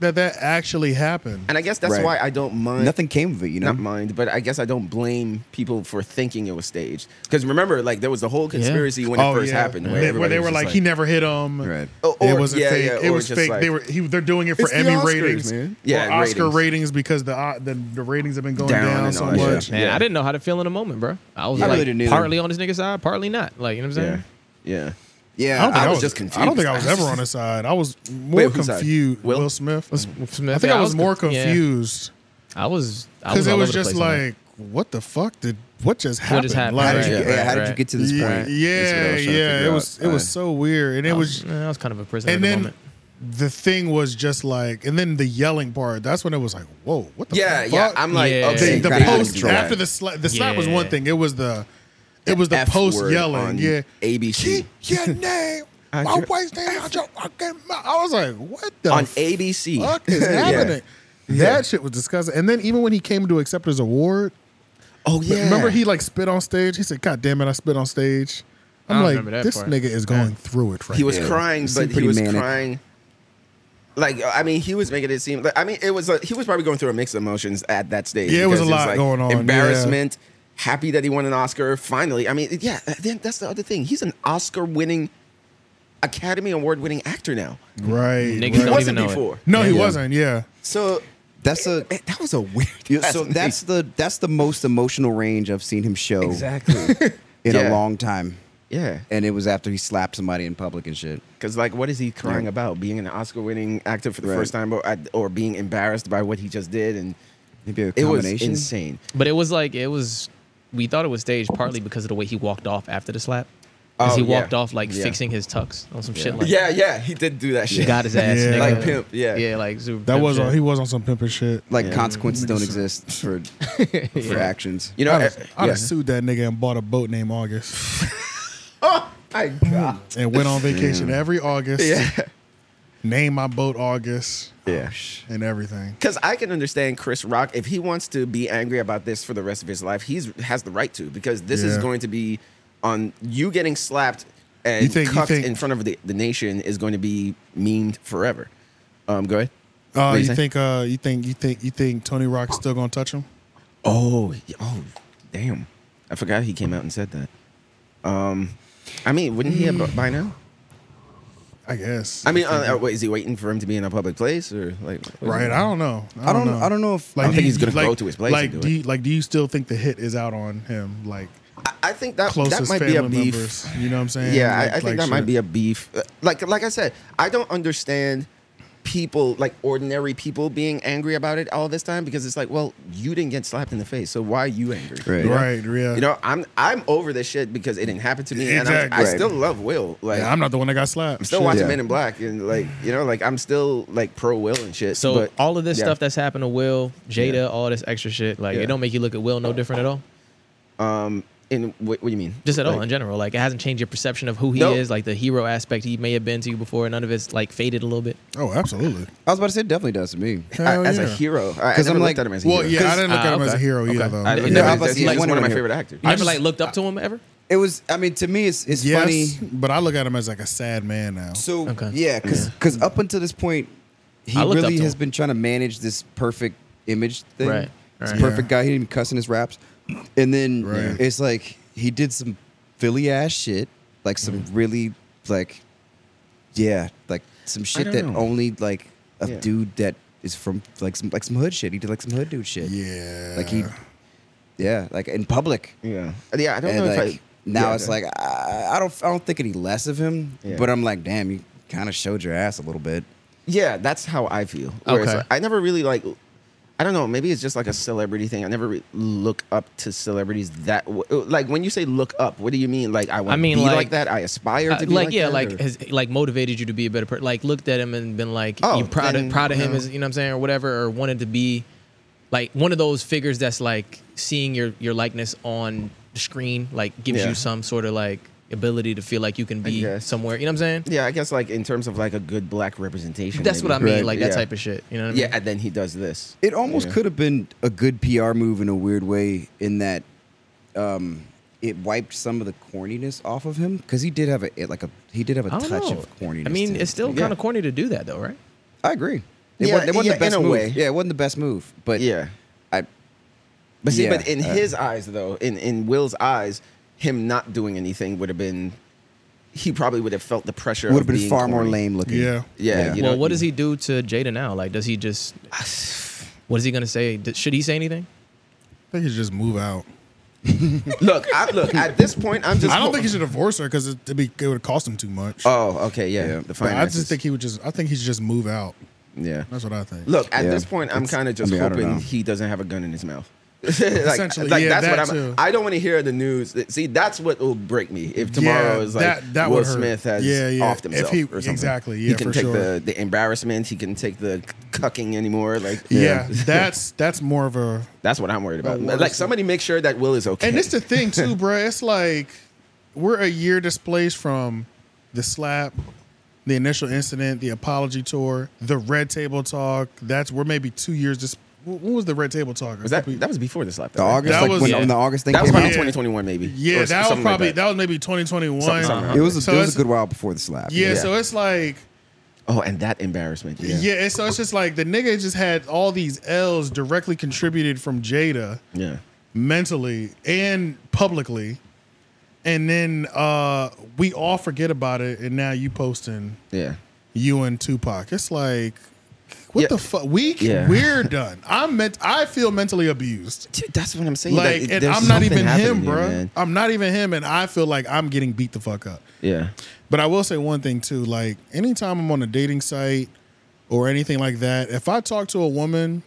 that that actually happened. And I guess that's Right. why I don't mind. Nothing came of it, you know. Not mind, but I guess I don't blame people for thinking it was staged. Because remember, like there was the whole conspiracy when it first happened, where, Oh, They- where everybody they was were just like, he never hit him. Right. Oh, it or- was a yeah, fake. yeah, it or was just fake. like- they were he, they're doing it for It's the Emmy Oscars, ratings, man. Yeah, Yeah, or Oscar ratings. ratings. because the uh, the the ratings have been going Down down, and so all that shit. much. Man, Yeah. I didn't know how to feel in a moment, bro. I was I really like didn't either. partly on this nigga's side, partly not. Like, you know what I'm saying? yeah, yeah. Yeah, I don't think I, was was just I don't think confused. I was ever on his side. I was more Wait, whose side? confused. Will? Mm-hmm. Will? Smith. Smith, I think yeah, I was, more con- yeah. confused I was I because was it all was over the just place on that. like, what the fuck did what just happened? just happened? How Like, did you, Right, yeah, right, how did you right. get to this yeah, point? That's what I yeah, was trying to yeah. figure It out. was it was Uh, so weird, and it I was was, I was kind of a prisoner and in the then moment. the thing was just like, and then the yelling part. That's when it was like, whoa, what the Yeah, fuck? yeah. I'm like, Yeah. okay, the, the got out of post control. after the slap. The slap was one Yeah. thing. It was the it was the F post word on yelling. Yeah, ABC. Keep your [LAUGHS] name. I My ju- wife's name out your fucking mouth. I was like, what the on ABC. fuck [LAUGHS] is Yeah. happening? That shit was disgusting. And then even when he came to accept his award, Oh yeah. remember he like spit on stage. He said, "God damn it, I spit on stage." I I'm don't like, remember that this part. nigga is going through it right He was now. crying, It seemed but he pretty was manic. crying. Like I mean, he was making it seem. Like, I mean, it was. Like, he was probably going through a mix of emotions at that stage. Yeah, it was because a lot going on, Embarrassment, happy that he won an Oscar finally. I mean, yeah. Then that's the other thing. He's an Oscar-winning. Academy Award winning actor now. Right. right. Niggas He don't even wasn't know it. before. No, he wasn't. Yeah. So That's a [LAUGHS] eh, that was a weird. Yeah, so ass that's the that's the most emotional range I've seen him show name. exactly. in Yeah. a long time. yeah, And it was after he slapped somebody in public and shit. because like, what is he crying about? Being an Oscar winning actor for the Right. first time, or, or being embarrassed by what he just did, and Maybe a it was combination. insane. But it was like it was. We thought it was staged partly because of the way he walked off after the slap. Because Oh, he yeah. walked off like Yeah. fixing his tux on some shit like yeah, yeah, he did do that shit. got his ass Yeah. nigga. Like pimp, yeah. yeah, like super That pimp was shit. on. He was on some pimping shit. Like Yeah. consequences [LAUGHS] don't exist for for actions. You know, I'd eh, have, I'd yeah. have sued that nigga and bought a boat named August My God. and [LAUGHS] went on vacation every August. Yeah. Name my boat August Yeah. and everything. Because I can understand Chris Rock if he wants to be angry about this for the rest of his life, he's has the right to because this is Yeah. going to be on you getting slapped and You think- you cuffed think- in front of the, the nation is going to be memed forever. Um, go ahead. Uh, What do you you say? think? Uh, you think? You think? You think Tony Rock's still gonna touch him? Oh, y- oh, damn! I forgot he came out and said that. Um, I mean, wouldn't he Mm. have by now? I guess. I mean, uh, uh, wait, is he waiting for him to be in a public place or like? what- right? I don't know. I don't I don't know if Like, I do think you- he's gonna like- go to his place Like, and do do it. you, like, do you still think the hit is out on him? Like, I- I think that that closest might family be a beef. members. You know what I'm saying? Yeah, Like- I, I think like that might shit. be a beef. Uh, Like like I said, I don't understand people like ordinary people being angry about it all this time because it's like, well, you didn't get slapped in the face, so why are you angry? Right. You know? Right, yeah. You know, I'm I'm over this shit because it didn't happen to me, and I'm, Exactly. I still love Will. Like Yeah, I'm not the one that got slapped. I'm still Shit. watching Yeah. Men in Black, and like you know, like I'm still like pro Will and shit. So but, all of this yeah. stuff that's happened to Will, Jada, all this extra shit, like Yeah. it don't make you look at Will no different at all. um, in what, what do you mean? Just at all Like, in general. Like it hasn't changed your perception of who he Nope. is, like the hero aspect he may have been to you before. None of it's like faded a little bit. Oh, absolutely. I was about to say it definitely does to me. I- Hell as a yeah. hero, because Because I, am I'm like- like, at him as a Well, hero. yeah, I 'Cause- didn't look Ah, at him as a okay. hero either, okay. though. I Yeah. looked No, at him I as- was- he's yeah, one of my wondering. favorite actors. You I ever just- like looked up to him ever? It was I mean to me it's it's funny Yes, but I look at him as like a sad man now. So Okay. yeah, because up until this point, he I looked up really to has him. been trying to manage this perfect image thing. Right, This right. perfect guy. He didn't even cuss in his raps, and then Right. it's like he did some Philly ass shit, like some really like, yeah, like some shit don't that know. only like a Yeah. dude that is from like some like some hood shit. He did like some hood dude shit. yeah, Like he, yeah, like in public. Yeah, yeah. I don't And know like if I, now yeah, it's like I, I don't I don't think any less of him, Yeah. but I'm like, damn, you kind of showed your ass a little bit. yeah. That's how I feel. Where it's Okay. like, I never really like. I don't know. Maybe it's just like a celebrity thing. I never re- look up to celebrities that w- like when you say look up, what do you mean? Like I want I mean, be like, like- that. I aspire Uh, to be like, like yeah, that, like or- has like motivated you to be a better person. Like looked at him and been like, Oh, you proud then, of, proud of him yeah. as you know what I'm saying or whatever, or wanted to be like one of those figures that's like seeing your your likeness on the screen like gives Yeah. you some sort of like ability to feel like you can be guess. somewhere. You know what I'm saying? yeah. I guess like in terms of like a good black representation. That's maybe. what I mean, Right, like that yeah. type of shit. You know what I mean? Yeah, and then he does this. It almost Yeah. could have been a good PR move in a weird way, in that um, it wiped some of the corniness off of him because he did have a it, like a he did have a I don't touch know. of corniness. I mean, to it's him. still Yeah. kind of corny to do that though, right? I agree. It Yeah, wasn't, it wasn't yeah, the best in a move. way. Yeah, it wasn't the best move, but Yeah. I But see, Yeah, but in uh, his eyes, though, in in Will's eyes, him not doing anything would have been. He probably would have felt the pressure. would of have been being far more corny. lame looking. Yeah. Yeah. You well, know, what does he do to Jada now? Like, does he just? [SIGHS] What is he gonna say? D- Should he say anything? I think he should just move out. Look, I, look. At this point, I'm just. I don't think he should divorce her because it, it'd be, it would cost him too much. Oh, okay, yeah. Yeah. The But I finances. just think he would just. I think he should just move out. yeah. That's what I think. Look, at Yeah. this point, I'm It's- kind of just I mean, I don't hoping know. he doesn't have a gun in his mouth. [LAUGHS] like, Essentially, like yeah, that's that what I'm. too. I don't want to hear the news. See, that's what will break me if tomorrow Yeah, is like that- that Will would hurt. Smith has Yeah, yeah. offed If himself he- or something. exactly, he yeah, can for take sure. the the embarrassment. He can take the cucking anymore. Like, yeah, [LAUGHS] that's that's more of a [LAUGHS] that's what I'm worried about. Well, Like, somebody make sure that Will is okay. And it's the thing too, [LAUGHS] bro. It's like we're a year displaced from the slap, the initial incident, the apology tour, the red table talk. That's we're maybe two years. Dis- what what was the red table talk? A was that couple- that was before this slap. The August, That like was- when, yeah. when the August thing That was came probably out, Yeah. 2021, maybe. yeah, Or that was something like probably that. was maybe 2021. Something- something like it was a, So it it's- was a good while before the slap. yeah, Yeah. So it's like Oh, and that embarrassment. yeah. it's- so it's just like the nigga just had all these L's directly contributed from Jada yeah. mentally and publicly. and then uh, we all forget about it, and now you posting Yeah. you and Tupac. It's like, what Yeah. the fuck? We can, Yeah. we're done. I'm meant. I feel mentally abused. Dude, that's what I'm saying. Like, it- and there's I'm not something even him, happening here, bro. man. I'm not even him, and I feel like I'm getting beat the fuck up. Yeah. But I will say one thing too. Like anytime I'm on a dating site or anything like that, if I talk to a woman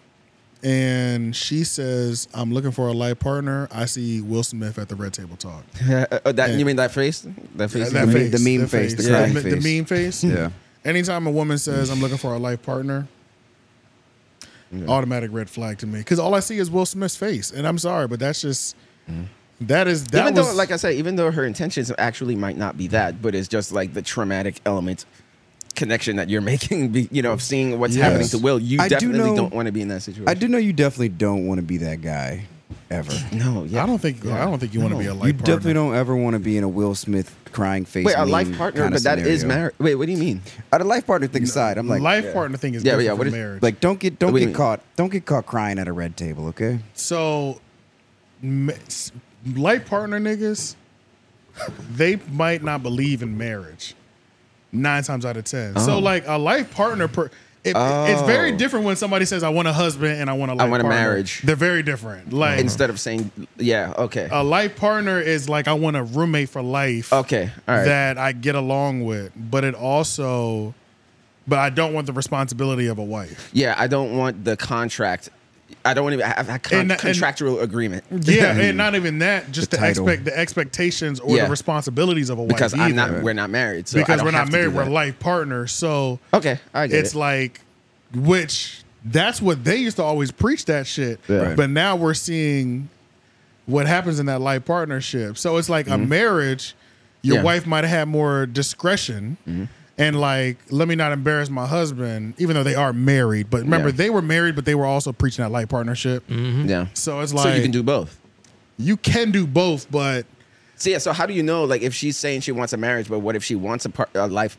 and she says I'm looking for a life partner, I see Will Smith at the red table talk. Uh, that you mean that face? That face. [LAUGHS] That meme- face, the meme that face, the yeah. crying me- face. the meme face. Yeah. Anytime a woman says I'm looking for a life partner, automatic red flag to me because all I see is Will Smith's face, and I'm sorry, but that's just Mm-hmm. that is that even was though, like I said, even though her intentions actually might not be that, but it's just like the traumatic element connection that you're [LAUGHS] making. be- You know, of seeing what's Yes. happening to Will, you I do definitely know- not want to be in that situation. I do know you definitely don't want to be that guy ever. No, yeah. I don't think I don't think you want to be a life you partner. definitely don't ever want to be in a Will Smith crying face. Wait, a meme life partner, kinda but that is scenario. marriage. Wait, what do you mean? Uh, the life partner thing aside, I'm like, life yeah. partner thing is Yeah, but different yeah, what from is- marriage. like don't get don't What do you get mean? caught don't get caught crying at a red table, okay? So, m- s- life partner niggas, they might not believe in marriage nine times out of ten. So, like a life partner, per, it, it's very Oh. different when somebody says, "I want a husband and I want a life want a partner." marriage. Oh. They're very different. Like Instead of saying, yeah, okay, a life partner is like I want a roommate for life. okay, all right. That I get along with, but it also, but I don't want the responsibility of a wife. yeah, I don't want the contract. I don't want to have a con- And- and- contractual agreement. Yeah, and not even that, just the, The title. expect the expectations or Yeah. the responsibilities of a wife. because I'm either. not, we're not married. So I because don't we're have to not do married, we're that. life partners. So Okay, I get it's it. like, which that's what they used to always preach that shit. Yeah. But now we're seeing what happens in that life partnership. So it's like a marriage, your Mm-hmm. Yeah. Mm-hmm. wife might have had more discretion. And like, let me not embarrass my husband, even though they are married. But remember, Yeah. they were married, but they were also preaching that life partnership. yeah. So it's like Mm-hmm. So you can do both. you can do both, but So yeah, so how do you know? Like, if she's saying she wants a marriage, but what if she wants a, par- a life?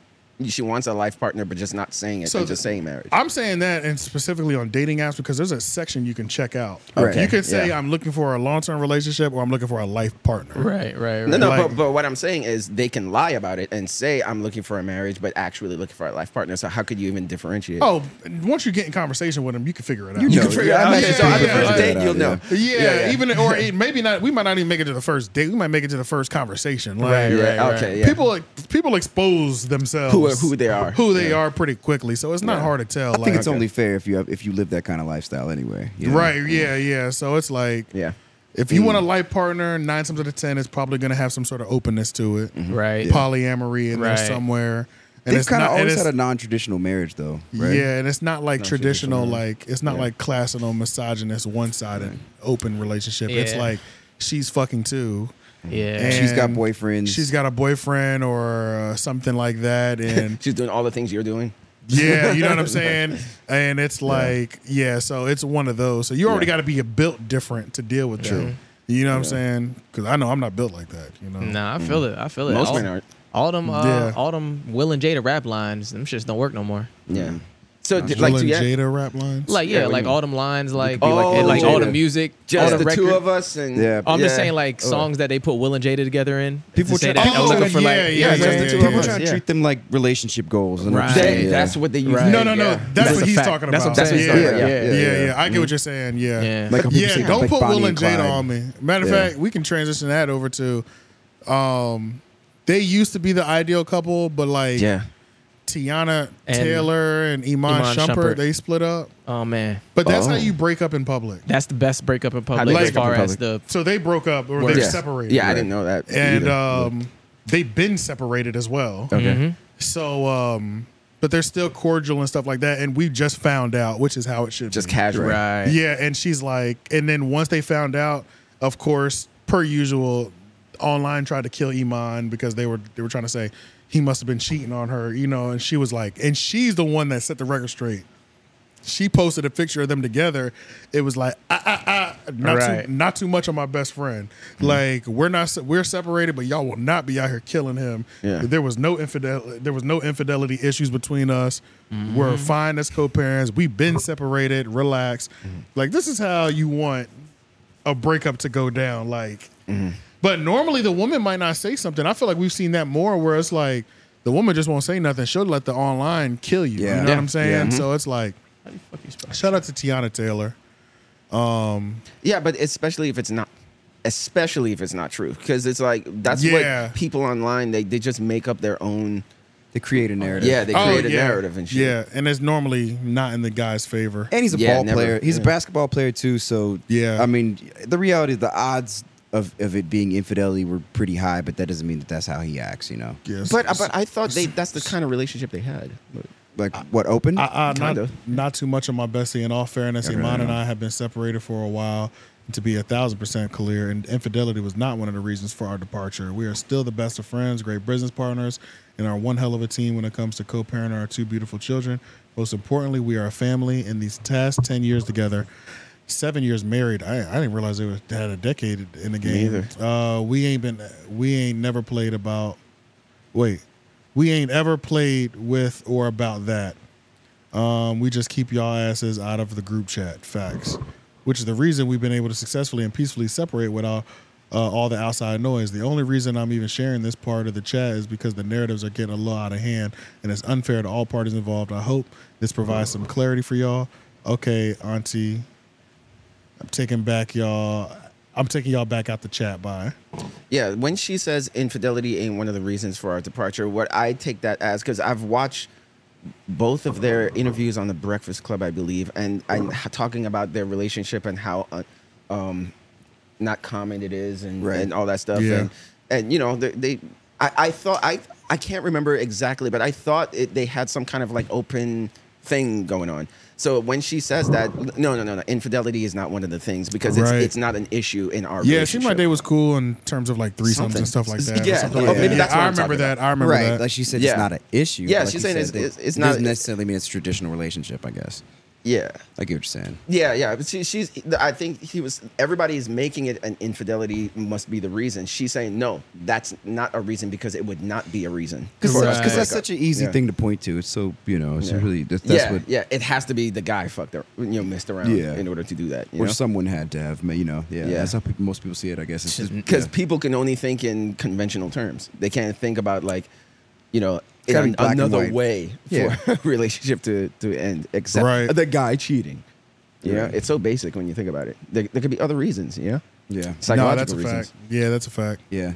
She wants a life partner, but just not saying it. So and the- just saying marriage. I'm saying that, and specifically on dating apps, because there's a section you can check out. Right. You can say yeah. I'm looking for a long term relationship, or I'm looking for a life partner. Right, right, right. no, no, like- but, but what I'm saying is they can lie about it and say I'm looking for a marriage, but actually looking for a life partner. So how could you even differentiate? Oh, once you get in conversation with them, you can figure it out. You you know. can figure yeah, it out. I Okay, mean, so yeah, on the yeah, first yeah, date, yeah. you'll know. Yeah, even or it, maybe not. We might not even make it to the first date. We might make it to the first conversation. Like, Right, Yeah, right, right. okay, yeah. People people expose themselves Who are- who they are. who they Yeah. are pretty quickly. So it's not Yeah. hard to tell. I think it's only fair if you have, if you live that kind of lifestyle anyway. you know? right. Yeah, yeah. So it's like yeah. If you want Mm. a life partner, nine times out of ten, it's probably going to have some sort of openness to it, Right. Yeah. Polyamory in Right. there somewhere, and Mm-hmm. They've it's kind not. of and always it's, had a non-traditional marriage though, right? Yeah, and it's not like traditional, traditional, like it's not like classical misogynist one-sided open relationship. It's Yeah. like she's fucking too. Yeah. She's got and boyfriends. She's got a boyfriend or uh, something like that, [LAUGHS] and She's doing all the things you're doing. yeah, you know [LAUGHS] what I'm saying? And it's like, yeah, so it's one of those. So you already Yeah. got to be built different to deal with you. You know what I'm saying? Because I know I'm not built like that. You know, Nah, I feel it. I feel it. Most all, men aren't. All them, uh, Yeah. all them Will and Jada rap lines, them shits don't work no more. Yeah. So d- Will like, so, and yeah, Jada rap lines. Like Yeah, yeah, what like do you all them lines, like could be oh, like like, Will and all the Jada. music, all just the, the two record- of us and Yeah. I'm just Yeah. saying like Oh. songs that they put Will and Jada together in. People to say try- that I was Oh, looking for yeah, like yeah, yeah, yeah, just the yeah, two yeah. of People us. trying to Yeah. treat them like relationship goals. And I'm Right. saying, They- yeah. That's what they use. Right. no, no, no. Yeah. That's, That's what a he's fact. talking That's about. what I'm saying. Yeah, That's what he's yeah, talking yeah, about. Yeah, yeah. I get what you're saying. Yeah, Yeah. Like how people yeah. say, Don't like put Bonnie Will and and Jada Clyde. on me. Matter of Yeah. fact, we can transition that over to. um They used to be the ideal couple, but like Yeah. Tiana And Taylor and Iman, Iman Shumpert, Shumpert. they split up. Oh man, But that's Oh. how you break up in public. that's the best breakup in do you public as break up far in as the So they broke up or Yeah. they're separated. Yeah, I didn't know that. And either. um, they've been separated as well. okay. So, um, but they're still cordial and stuff like that. And we just found out, which is how it should Just be. casual. right. Yeah, and she's like, and then once they found out, of course, per usual, online tried to kill Iman because they were they were trying to say he must have been cheating on her, you know. And she was like, and she's the one that set the record straight. She posted a picture of them together. It was like, ah, ah, ah, not Right. too, not too much on my best friend. Mm. Like we're not se- we're separated, but y'all will not be out here killing him. Yeah. There was no infidel, there was no infidelity issues between us. We're fine as co-parents. We've been separated. Mm-hmm. Mm-hmm. Relax. Like this is how you want a breakup to go down. Like But normally the woman might not say something. I feel like we've seen that more where it's like the woman just won't say nothing. She'll let the online kill you. You Yeah. know Yeah. what I'm saying? Yeah. Mm-hmm. So it's like, shout out to Tiana Taylor. Yeah, but especially if it's not, especially if it's not true, because it's like that's Yeah. what people online they they just make up their own. They create a narrative. Mm-hmm. Yeah, they create a narrative and shit. Oh, Yeah, and it's normally not in the guy's favor. And he's a Yeah, ball never- player. He's yeah. a basketball player too. So Yeah. I mean, the reality, the odds of, of it being infidelity were pretty high, but that doesn't mean that that's how he acts. You know, yes. But but I thought they that's the kind of relationship they had. But, like what open? I, I, not, Kinda. not too much on my bestie. In all fairness, Yeah, Iman right, and yeah. I have been separated for a while. To be a thousand percent clear, and infidelity was not one of the reasons for our departure. We are still the best of friends, great business partners, and are one hell of a team when it comes to co-parenting our two beautiful children. Most importantly, we are a family. In these past ten years together, seven years married, I, I didn't realize it was, they had a decade in the game. either. Uh, we ain't been, we ain't never played about. Wait, we ain't ever played with or about that. Um, we just keep y'all asses out of the group chat. Facts, which is the reason we've been able to successfully and peacefully separate without uh, all the outside noise. The only reason I'm even sharing this part of the chat is because the narratives are getting a little out of hand, and it's unfair to all parties involved. I hope this provides some clarity for y'all. Okay, Auntie, I'm taking back y'all. I'm taking y'all back out the chat. Bye. yeah, when she says infidelity ain't one of the reasons for our departure, what I take that as because I've watched both of their interviews on the Breakfast Club, I believe, and and h- talking about their relationship and how uh, um, not common it is and Right. and all that stuff. Yeah. And and you know they, they I, I thought I I can't remember exactly, but I thought it, they had some kind of like open thing going on. So when she says that, no, no, no, no, infidelity is not one of the things because it's Right. it's not an issue in our Yeah, it relationship. seemed like they was cool in terms of like threesomes Something. and stuff like that. or Yeah, something oh, like maybe that. that's what I I'm remember talking that. I remember right, that. like she said, Yeah. it's not an issue. Yeah, Like she's you saying said, it's- that it's- it's it not- Doesn't necessarily mean it's a traditional relationship. I guess. yeah. I get what you're saying. Yeah, yeah. But she, she's. I think he was. Everybody is making it an infidelity must be the reason. She's saying no, that's not a reason because it would not be a reason. Because Right. uh, that's such an easy Yeah. thing to point to. It's so you know, it's Yeah. really that's, that's yeah, what yeah. It has to be the guy fucked or you know messed around Yeah. in order to do that. You or know? someone had to have. ma- You know, yeah, Yeah. that's how people, most people see it. I guess. It's just, because yeah. people can only think in conventional terms. They can't think about like, you know, in gotta be an- black and another white. way Yeah. for [LAUGHS] a relationship to to end except Right. the guy cheating. You know, Right. it's so basic when you think about it. There, there could be other reasons. You know, yeah, psychological that's a reasons. fact. Yeah, that's a fact. yeah.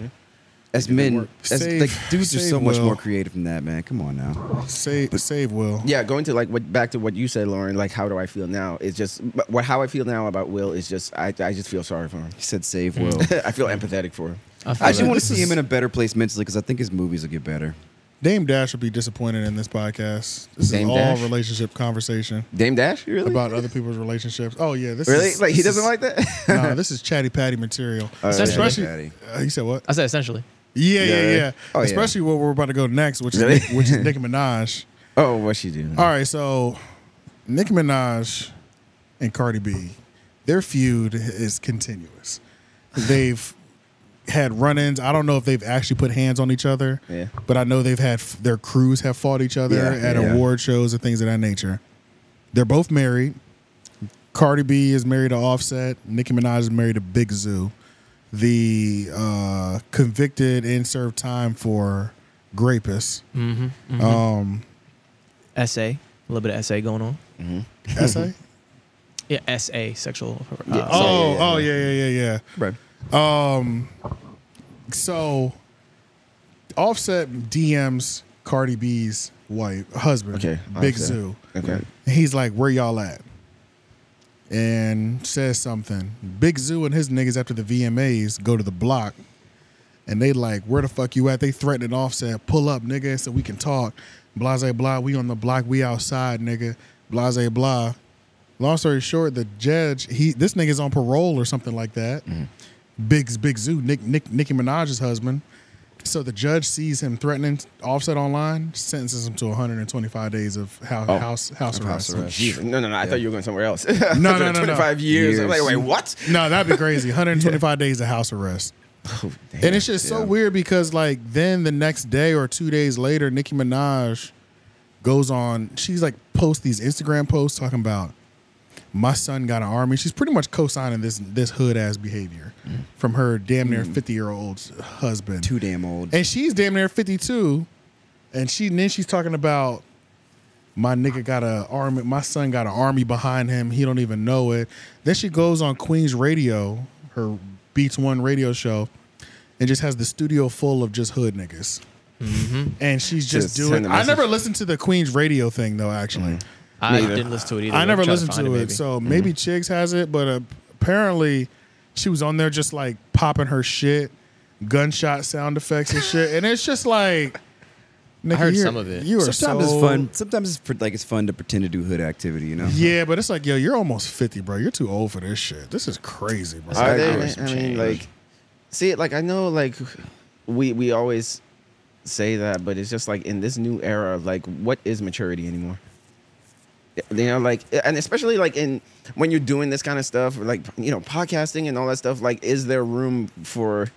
As men, work. as, Save- like dudes are save so much Will. more creative than that, man. Come on now. Save, save Will. yeah going to like what back to what you said lauren like how do i feel now it's just but what how i feel now about will is just i, I just feel sorry for him [LAUGHS] He said, "Save [LAUGHS] Will." i feel empathetic for him I just feel want that. to see him in a better place mentally because I think his movies will get better. Dame Dash would be disappointed in this podcast. This Dame is all Dash? relationship conversation dame dash really about other people's relationships. Oh yeah, this really Is, like he this doesn't like is- Oh, that [LAUGHS] Nah, this is chatty patty material. Essentially. Especially, Chatty uh, you said what? I said essentially. Yeah, yeah, yeah. Yeah. Oh, yeah. Especially what we're about to go next, which Really? is [LAUGHS] Nick, which is Nicki Minaj. oh what she doing All right, so Nicki Minaj and Cardi B, their feud is continuous. They've had run-ins. I don't know if they've actually put hands on each other, Yeah. but I know they've had their crews have fought each other Yeah, at yeah. award shows and things of that nature. They're both married. Cardi B is married to Offset. Nicki Minaj is married to Big Zoo. The uh, convicted and served time for rapist. Essay. A little bit of essay going on. [LAUGHS] Essay? Yeah, essay. Sexual. Uh, Yeah. so- Oh, yeah, oh yeah, yeah, yeah, yeah. Um, right So, Offset DMs Cardi B's wife, husband, Okay, Big Offset. Zoo. okay And he's like, "Where y'all at?" And says something. Big Zoo and his niggas after the VMAs go to the block, and they like, "Where the fuck you at?" They threatening Offset, "Pull up, nigga, so we can talk." Blase blah. We on the block. We outside, nigga. Blase blah. Long story short, the judge he this nigga's on parole or something like that. Big Big Zoo, Nick Nick Nicki Minaj's husband. So the judge sees him threatening Offset online, sentences him to 125 days of house house house house arrest. arrest. Jesus. no no no i thought you were going somewhere else [LAUGHS] no, no, no. 25 years. i'm Years. like wait what No, that'd be crazy. 125 days of house arrest. and it's just so Yeah. weird because like then the next day or two days later, Nicki Minaj goes on. She's like posts these Instagram posts talking about my son got an army. She's pretty much co-signing this this hood ass behavior from her damn near fifty year old husband. Too damn old. And she's damn near 52. And she and then she's talking about my nigga got a army, my son got an army behind him. He don't even know it. Then she goes on Queen's radio, her Beats One radio show, and just has the studio full of just hood niggas. And she's just, Mm-hmm. Just doing. send a I never message. Mm-hmm. listened to the Queen's radio thing though. Actually, I didn't listen to it either. I I'm never trying listened to find it, maybe. so maybe Chiggs has it, but uh, apparently she was on there just like popping her shit, gunshot sound effects and shit, and it's just like. Nigga, heard you're- some of it. You are Sometimes so- it's fun. Sometimes it's pr- like it's fun to pretend to do hood activity. You know. Yeah, but it's like, yo, you're almost fifty, bro. You're too old for this shit. This is crazy, bro. Are gotta they, go with some I mean, change. like, see, like I know, like, we we always say that, but it's just like in this new era, like, what is maturity anymore? You know, like, and especially like in when you're doing this kind of stuff, like you know, podcasting and all that stuff. Like, is there room for?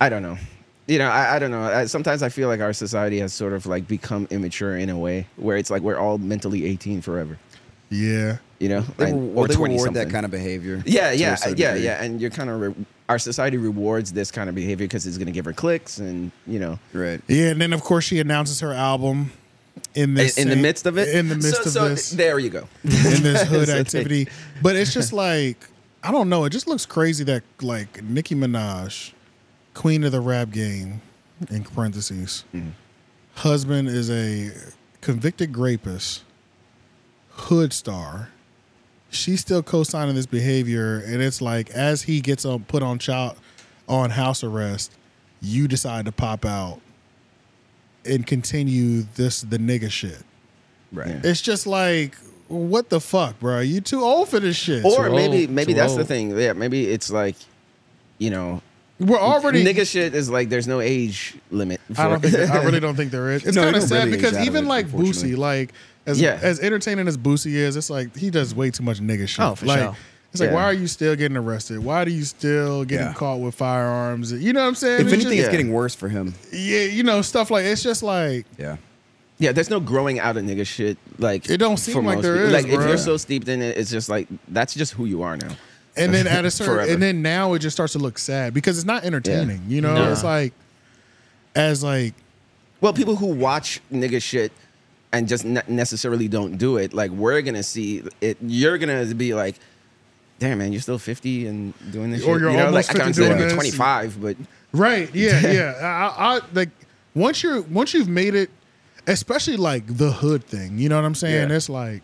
I don't know. You know, I, I don't know. I, sometimes I feel like our society has sort of like become immature in a way where it's like we're all mentally 18 forever. yeah, You know, Like, Like, or toward that something. kind of behavior. Yeah, to a yeah, certain yeah, degree. yeah. And you're kind of re- our society rewards this kind of behavior because it's going to give her clicks, and you know, Right. yeah. And then of course she announces her album in this in, in the same- midst of it. In the midst so, of so this, there you go. [LAUGHS] in this hood So they- activity. But it's just like I don't know. It just looks crazy that like Nicki Minaj, queen of the rap game, in parentheses, husband is a convicted rapist, hood star. She's still co-signing this behavior, and it's like as he gets on put on child on house arrest, you decide to pop out and continue this the nigga shit. Right. Yeah. It's just like, what the fuck, bro? You too old for this shit. Or Too maybe old, maybe too that's the old. thing. Yeah, maybe it's like, you know, we're already. nigga shit is like there's no age limit. I don't for- [LAUGHS] think. I really don't think there is. It's No, kind of it sad really is because out of even it, like unfortunately. Boosie, like as Yeah. as entertaining as Boosie is, it's like he does way too much nigga shit. Oh, for like, sure. It's like, Yeah. why are you still getting arrested? Why do you still getting Yeah. caught with firearms? You know what I'm saying? If It's anything, just- it's getting worse for him. yeah, you know, stuff like it's just like Yeah. Yeah, there's no growing out of nigga shit. Like It don't for seem like most there people. is, Like if bruh. you're so steeped in it, it's just like that's just who you are now. and then at a certain Forever. and then now it just starts to look sad because it's not entertaining. You know, Nah. it's like as like Well, people who watch nigga shit and just not necessarily don't do it, like we're gonna see it. You're gonna be like, "Damn, man, you're still 50 and doing this." Or shit. you're you know, like almost I can't 50 say doing you're this. 25, but [LAUGHS] Right. Yeah. Yeah. I, I like once you're once you've made it, especially like the hood thing. You know what I'm saying? Yeah. It's like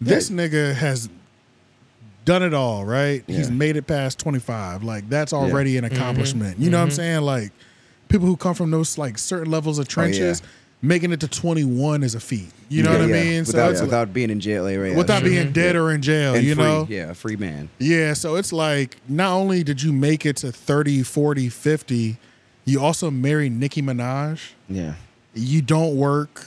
this nigga has done it all. Right. He's Yeah. made it past 25. Like that's already an accomplishment. You know what I'm saying? Like people who come from those like certain levels Oh, of trenches, making it to 21 is a feat. You know Yeah, what I yeah. mean? Without, so it's without being in jail, right? like, without being dead or in jail. and you free. know? yeah, a free man. Yeah, so it's like not only did you make it to 30, 40, 50, you also marry Nicki Minaj. yeah, You don't work.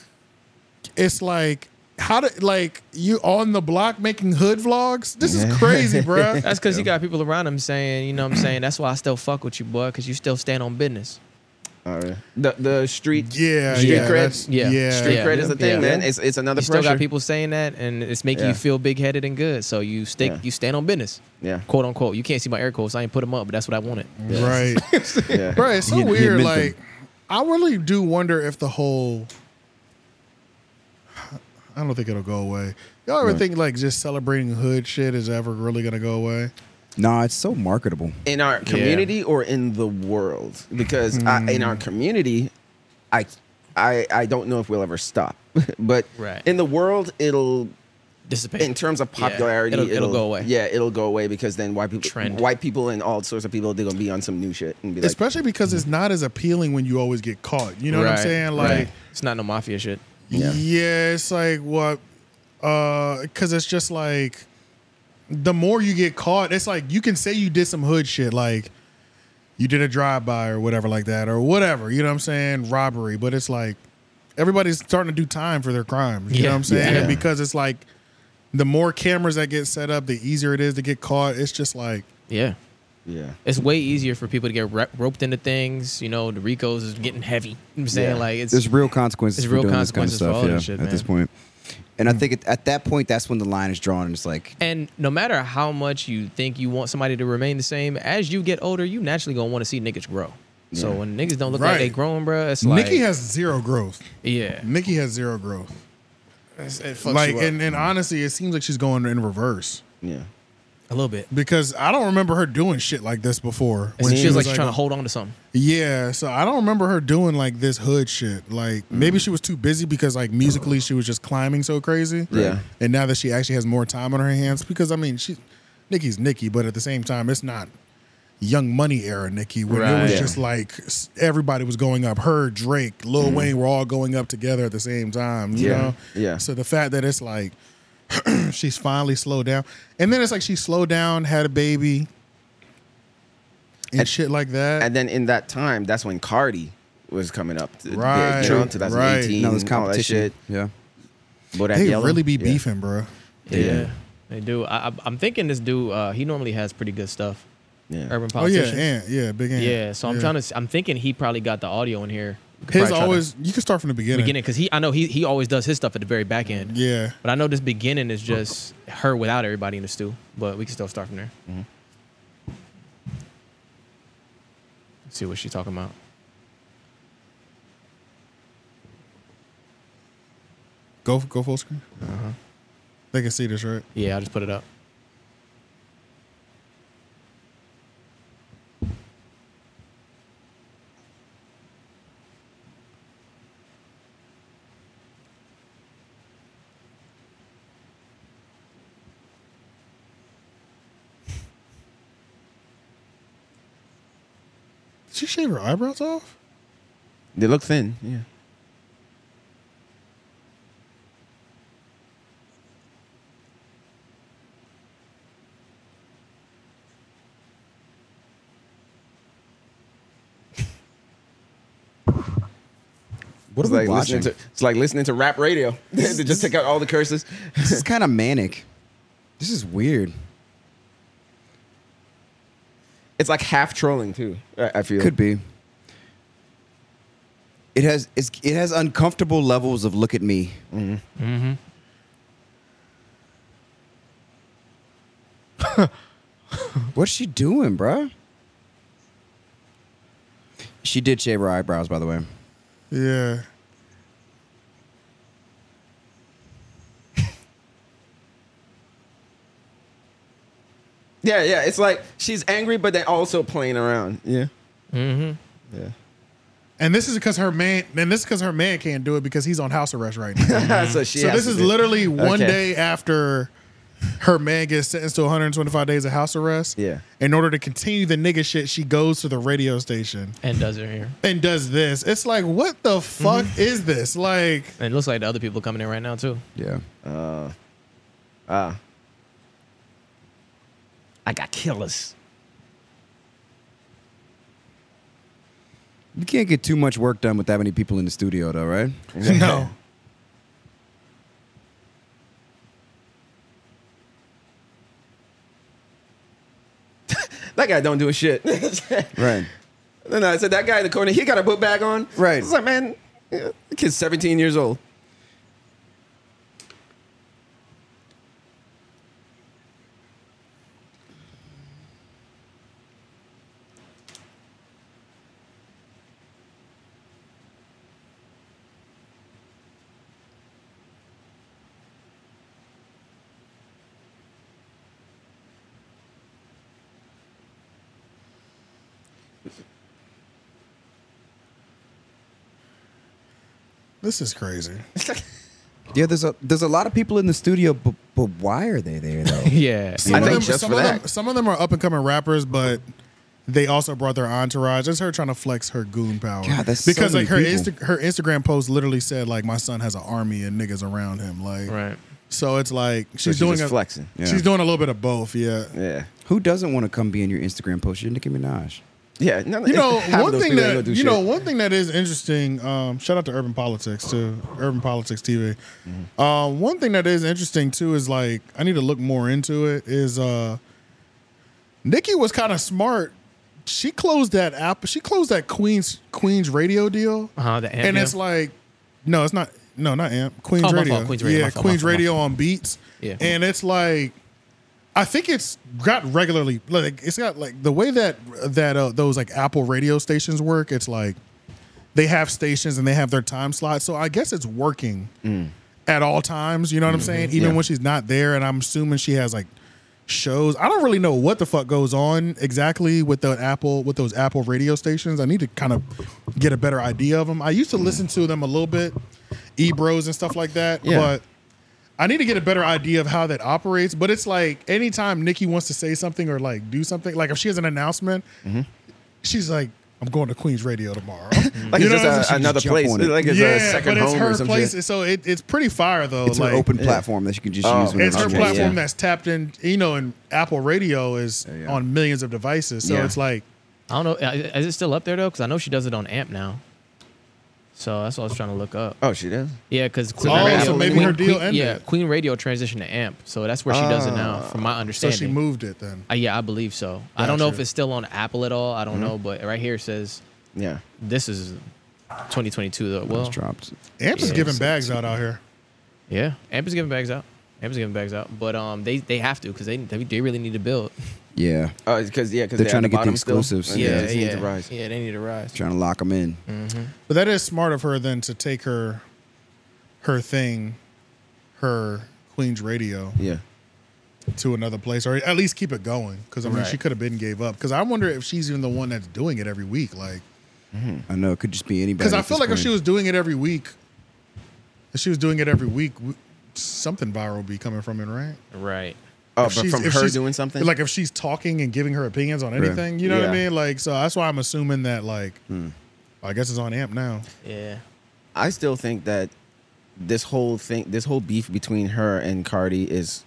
It's like how do like you on the block making hood vlogs? This is crazy, [LAUGHS] bruh. That's because you got people around him saying, you know what I'm saying? That's why I still fuck with you, boy, because you still stand on business. All right. the the street Yeah, Street yeah, cred. that's- Yeah. yeah. street Yeah. cred is the thing, Yeah. man. It's it's another You still pressure. got people saying that, and it's making Yeah. you feel big headed and good. So you stick, Yeah. you stand on business. Yeah. Quote unquote. You can't see my air quotes. I ain't put them up, but that's what I wanted. Right. [LAUGHS] yeah. Bruh, it's so He- he weird. meant like, I really do wonder if the whole. I don't think it'll go away. Y'all ever think like just celebrating hood shit is ever really gonna go away? Nah, it's so marketable. in our community or in the world because I, in Hmm. our community I, I i don't know if we'll ever stop [LAUGHS] but Right. in the world it'll Dissipate. in terms of Yeah. popularity It'll- it'll go away. yeah it'll go away because then white people Trend. white people and all sorts of people they're gonna be on some new shit and be like Especially because it's not as appealing when you always get caught. You know what I'm mm-hmm. Right, saying? Like, right. it's not no mafia shit. yeah. Yeah. it's like what? Because it's just like the more you get caught, it's like you can say you did some hood shit, like you did a drive by or whatever like that, or whatever. You know what I'm saying? Robbery, but it's like everybody's starting to do time for their crimes. You know Yeah. what I'm saying? Yeah. Because it's like the more cameras that get set up, the easier it is to get caught. It's just like Yeah. yeah It's way easier for people to get ro- roped into things. You know, the Ricos is getting heavy. You know what I'm saying? Yeah. Like, it's. There's real consequences. There's for real doing consequences this kind for of stuff, all that yeah, shit, At this man. point, And I think at, at that point, that's when the line is drawn. And it's like, And no matter how much you think you want somebody to remain the same, as you get older, you naturally gonna want to see niggas grow. So when niggas don't look like Right. they growing, bruh, it's like Nikki has zero growth. yeah. Nikki has zero growth. It fucks Like, you up. and, and honestly, it seems like she's going in reverse yeah. A little bit. because I don't remember her doing shit like this before. It's she was, was like, she's trying to hold on to something. Yeah, so I don't remember her doing like this hood shit. Like maybe she was too busy because like musically she was just climbing so crazy. Yeah. And now that she actually has more time on her hands, because I mean she Nikki's Nikki, but at the same time it's not young money era Nikki where it was Right. just like s- everybody was going up. Her, Drake, Lil Wayne were all going up together at the same time. You Mm. Yeah, know? yeah. So the fact that it's like [CLEARS THROAT] she's finally slowed down. And then it's like she slowed down, had a baby. And, shit like that. And then in that time, that's when Cardi was coming up. To, Right, You know, right. 2018. no, this All that competition. shit. [LAUGHS] Yeah. But that they yellow- really be yeah. beefing, bro. Oh, Yeah. Yeah. They do. I, I'm- I'm thinking this dude. Uh, he normally has pretty good stuff. Yeah. Urban Oh yeah, politician. and yeah, big and Yeah, so I'm trying to. s- I'm thinking he probably got the audio in here. We could His probably try to always you can start from the beginning. beginning because he. I know he he always does his stuff at the very back end. Yeah, But I know this beginning is just her without everybody in the stew. But we can still start from there. Let's see what she's talking about. go go full screen. They can see this, right? Yeah, I just put it up. Did she shave her eyebrows off? They look thin. Yeah. What It's are we like, watching? listening to, it's like listening to rap radio. [LAUGHS] they just take out all the curses. this is kind of manic. This is weird. It's like half trolling too. I I feel Could be. It has it's, it has uncomfortable levels of look at me. Mm-hmm. [LAUGHS] What's she doing, bruh? She did shave her eyebrows, by the way. Yeah. Yeah, yeah. It's like she's angry, but then also playing around. [LAUGHS] Yeah. Mm-hmm. Yeah. And this is because her man. And this is because her man can't do it because he's on house arrest right now. Mm-hmm. so she so has this to is do- literally one Okay. day after her man gets sentenced to 125 days of house arrest. Yeah. In order to continue the nigga shit, she goes to the radio station And does it here. and does this. It's like, what the fuck is this? Like, And it looks like the other people coming in right now too. Yeah. I got killers. You can't get too much work done with that many people in the studio, though, right? [LAUGHS] no. That guy don't do a shit. [LAUGHS] Right. no, no. I said that guy in the corner. He got a book bag on. Right. It's like man, yeah, the kid's 17 years old. [LAUGHS] This is crazy. Yeah. There's a there's a lot of people in the studio, but but why are they there though? [LAUGHS] [LAUGHS] Yeah. I of think them- just some for of that. them- some of them are up and coming rappers, but they also brought their entourage. It's her trying to flex her goon power. God, that's so because many like her people. Insta- her Instagram post literally said like my son has an army and niggas around him. Like Right. So it's like she's she's doing just a, flexing. Yeah. She's doing a little bit of both. Yeah. Yeah. Who doesn't want to come be in your Instagram post? You're Nicki Minaj. Yeah. No, no, You [LAUGHS] know half of one those thing people ain't that gonna do you know shit. one thing that is interesting. Um, shout out to Urban Politics to Urban Politics TV. Mm-hmm. Uh, one thing that is interesting too is like I need to look more into it. Is uh, Nikki was kind of smart. She closed that app. She closed that Queens Queens radio deal, Uh huh. The amp, and it's like, no, it's not. no, not Amp. Queen's Oh, my fault, Radio. Queens Radio, Yeah, my fault, my Queen's fault, my Radio on Beats. Yeah. And it's like I think it's got regularly like it's got like the way that that uh, those like Apple radio stations work, it's like they have stations and they have their time slots. So I guess it's working at all times, you know what I'm saying? Even Mm-hmm. Yeah. when she's not there and I'm assuming she has like shows. I don't really know what the fuck goes on exactly with the Apple with those Apple radio stations. I need to kind of get a better idea of them. I used to Mm. listen to them a little bit, Ebros and stuff like that, Yeah. but I need to get a better idea of how that operates. But it's like anytime Nikki wants to say something or like do something, like if she has an announcement, she's like, "I'm going to Queens Radio tomorrow." Mm-hmm. [LAUGHS] Like You it's know what I'm just saying? a, another jump place. on it. Like it's yeah, a second but it's home or her something. place, so it, it's pretty fire though. It's like an open platform that you can just Oh, use. When it's you're on her Okay, vacation. platform yeah. that's tapped in. You know, and Apple Radio is yeah. on millions of devices, so Yeah. it's like. I don't know. i- Is it still up there though? Because I know she does it on AMP now. So that's what I was trying to look up. Oh, she does. Yeah, because Oh, so maybe her deal ended. Yeah, Queen Radio transitioned to AMP, so that's where she does it now, from my So understanding. she moved it then. Uh, yeah, I believe so. I don't know if Gotcha. it's still on Apple at all. I don't Mm-hmm. know, but right here it says Yeah. this is 2022 though. It's Well, dropped. Amp is Yeah. giving bags out out here. yeah, AMP is giving bags out. AMP is giving bags out, but um, they they have to because they they they really need to build. Yeah, Oh, because yeah, because They're trying to get the bottom still, exclusives, [LAUGHS] and Oh, they Yeah, just need to rise. yeah, they need to rise. trying to lock them in. But that is smart of her then to take her her thing, her Queen's radio Yeah. to another place or at least keep it going. Cause I mean Right. she could have been gave up. Cause I wonder if she's even the one that's doing it every week. Like I know it could just be anybody. because I at feel this like if point. she was doing it every week, if she was doing it every week, w- something viral would be coming from it, right? Right. Oh, If but she's- from if her she's- doing something. Like if she's talking and giving her opinions on anything, you know what I Yeah. Hmm. mean? Like so that's why I'm assuming that like I guess it's on amp [LAUGHS] now. Yeah. I still think that this whole thing, this whole beef between her and Cardi is,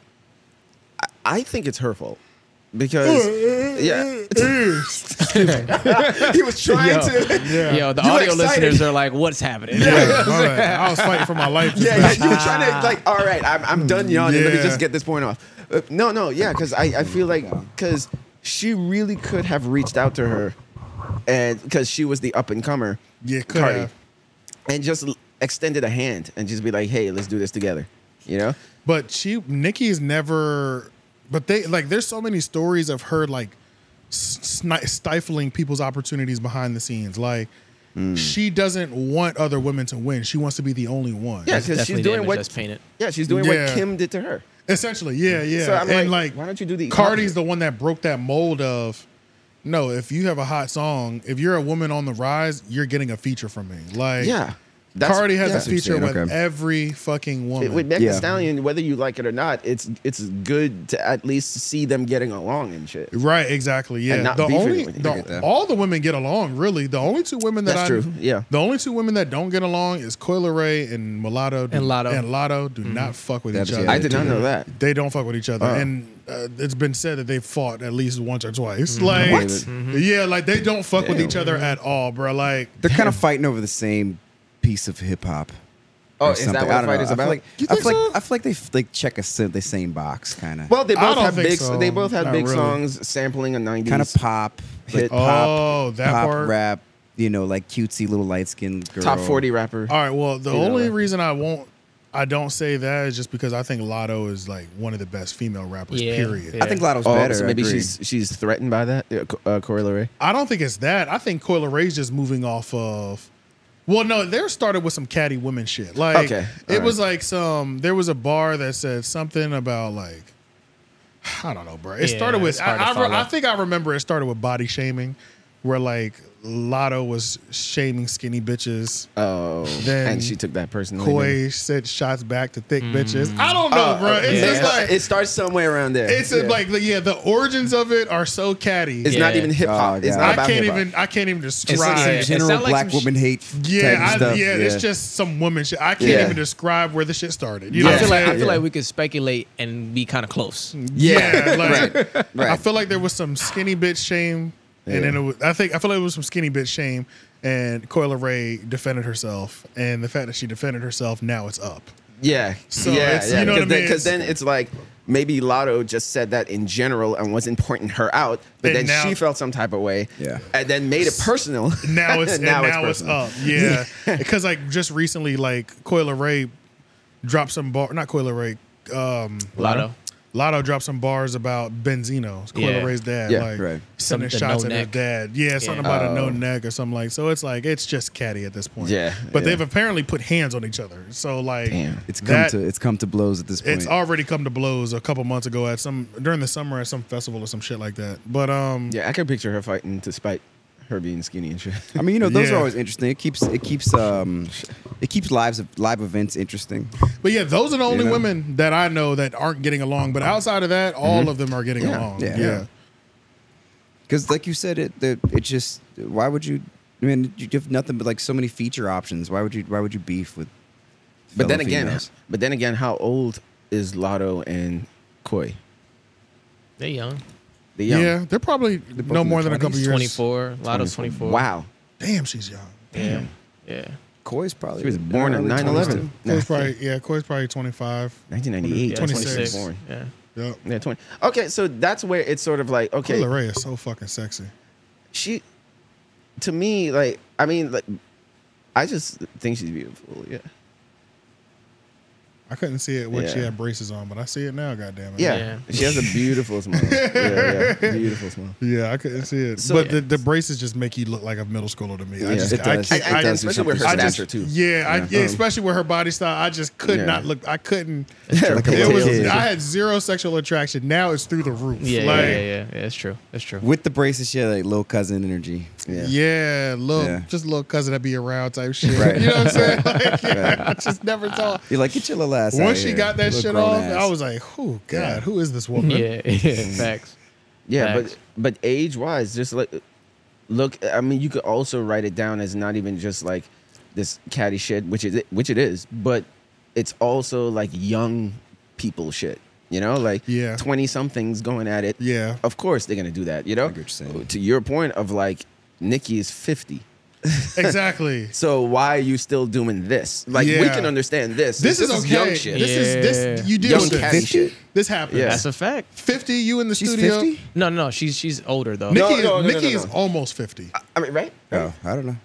I, I think it's her fault because yeah, uh, he was trying to. Yeah. Yo, the You audio excited? listeners are like, "What's happening?" Yeah, [LAUGHS] my bad. I was fighting for my life. just Yeah, now. yeah, you were trying to like, all right, I'm, I'm done yawning. Let me Yeah. just get this point off. Uh, no, no, yeah, because I, I feel like because she really could have reached out to her, and because she was the up and comer, Yeah, could Cardi. have. and just l- extended a hand and just be like, hey, let's do this together, you know? But she, Nikki's never. But they like, there's so many stories of her like sni- stifling people's opportunities behind the scenes. Like, Hmm. she doesn't want other women to win. She wants to be the only one. Yeah, because definitely she's the doing image what that's painted. Yeah, she's doing Yeah. what Kim did to her. essentially. Yeah, yeah. So I'm and like, like, why don't you do the Cardi's opposite? the one that broke that mold of. No, if you have a hot song, if you're a woman on the rise, you're getting a feature from me. Like, Yeah. Cardi has yeah. a feature saying, with okay. every fucking woman. with Megan Yeah. Thee Stallion, whether you like it or not, it's it's good to at least see them getting along and shit. Right, exactly. Yeah. And not the beefing only with you. the- I get that. all the women get along, really. The only two women that That's I true, yeah. The only two women that don't get along is Coil Ray and Mulatto do- And Lotto. Mm-hmm. And Lotto do not fuck with That's each the other. Yeah, I they did do not that. know that. They don't fuck with each other, Oh. and uh, it's been said that they fought at least once or Mm-hmm. twice. Like, What? yeah, like they don't fuck with Damn. each other at all, bro. Like, They're kind of fighting over the same piece of hip hop. Oh, or is something. that what I the don't fight know. is I about? feel like You I think feel like, so? I feel like they f- they check a, si- the same box, kind of. Well, they I both don't have think big. so. They both have Not big really. songs sampling a '90s. kind of pop, like Hit. pop, Oh, that pop part. rap. You know, like cutesy little light skinned girl. top 40 rapper. all right. Well, the You know, only like- reason I won't, I don't say that is just because I think Lotto is like one of the best female rappers. Yeah. Period. Yeah. I think Lotto's Oh, better. so I maybe agree. she's she's threatened by that. Yeah, Co- Uh, Corey Leray. I don't think it's that. I think Coil Ray's just moving off of. Well, no, they started with some catty women shit. Like Okay, it all was like some. There was a bar that said something about like. I don't know, bro. It Yeah, started with. it's hard I, to I, re- follow. I think I remember it started with body shaming, where like Lotto was shaming skinny bitches. Oh, Then and she took that personally. then. Koi said shots back to Mm. thick bitches. I don't know, bro. It's Uh, yeah. just like it starts somewhere around there. it's Yeah. like yeah. The origins of it are so catty. It's not Yeah. even hip hop. Oh, it's God. not I about can't hip-hop. even. I can't even describe. like some Like It general sound like black some woman hate. type Yeah, of I, stuff. yeah, it's just some woman shit. I can't Yeah. even describe where the shit started. You know I what I'm feel like I saying? feel like we could speculate and be kind of close. Mm-hmm. yeah, like Right. I feel like there was some skinny bitch shame, and then it was, I think I feel like it was some skinny bitch shame, and Coyle Ray defended herself, and the fact that she defended herself now it's up. Yeah. So yeah, it's- yeah. you know what I Because then, mean? 'cause then it's like, maybe Lotto just said that in general and wasn't pointing her out, but And then now- she felt some type of way. Yeah. And then made it [LAUGHS] personal. now it's And and now, it's, up. Yeah, because like just recently, like Coil Ray dropped some bar, not Coil Ray, um, Lotto. Lotto dropped some bars about Benzino, Coil Yeah. Ray's dad, Yeah, Oh. like right. sending Something shots no at his neck. dad. Yeah, something Yeah. about a no neck or something like. So it's like it's just catty at this point. Yeah, but yeah. they've apparently put hands on each other. So like, Damn. It's come that- to it's come to blows at this point. It's already come to blows a couple months ago at some during the summer at some festival or some shit like that. But um, Yeah, I can picture her fighting despite her being skinny and shit. I mean, you know, those Yeah. are always interesting. It keeps it keeps um it keeps lives of live events interesting. But yeah, those are the only know? women that I know that aren't getting along. But outside of that, all of them are getting Mm-hmm. Yeah. along. Yeah. Yeah. Because, like you said, it the, it just why would you? I mean, you have nothing but like so many feature options. Why would you? Why would you beef with? But then fellow again, females? but then again, how old is Lotto and Koi? They're young. They Yeah. young. they're probably both no in more their than a couple He's He's years. 24. Lotto's 24. Wow. Damn, she's young. Damn. Yeah. Coy's probably She was born in early 9/11. 20s. Coy's probably yeah. Coy's probably twenty five. 1998. Yeah, 26. 26. Born. Yeah. Yep. Yeah, 20. Okay, so that's where it's sort of like, okay, Coyle Ray is so fucking sexy. she, to me, like, I mean, like, I just think she's beautiful. Yeah. I couldn't see it when she Yeah. had braces on, but I see it now. God damn it. Yeah. Yeah. [LAUGHS] She has a beautiful smile. [LAUGHS] yeah, yeah. Beautiful smile. Yeah, I couldn't see it. So- but the, the braces just make you look like a middle schooler to me. I Yeah. just, It does. I It can't, And- I, and does do especially with her something I to just, stature, too. Yeah, I, yeah, Um, especially with her body style, I just could Yeah. not look. I couldn't. Like a It little was. kid. I had zero sexual attraction. Now it's through the roof. Yeah, like, yeah, yeah, yeah, yeah. It's true. It's true. With the braces, she had like little cousin energy. Yeah. Yeah, little Yeah. just little cousin that be around type shit. Right. You know what I'm saying? Like, yeah, I just never saw. You're like, get your little ass. out Once she here, got that little shit grown off, ass." I was like, "Oh God, Yeah. who is this woman?" Yeah, yeah. [LAUGHS] Facts. Yeah, Facts. but but age wise, just like look, I mean, you could also write it down as not even just like this catty shit, which is which it is, but it's also like young people shit. You know, like Yeah. twenty somethings going at it. Yeah. of course they're gonna do that. You get know, what you're saying. to your point of like Nikki is fifty. [LAUGHS] exactly. So why are you still doing this? Like we Yeah. can understand this. This is okay. young shit. This is this. Yeah. You deal Young with catty this. shit. This happens. Yeah. That's a fact. Fifty. You in the she's studio. 50? No, no, no. She's she's older though. No. Nikki, is, Nicki no, no. is almost fifty. I mean, right? Oh, I don't know.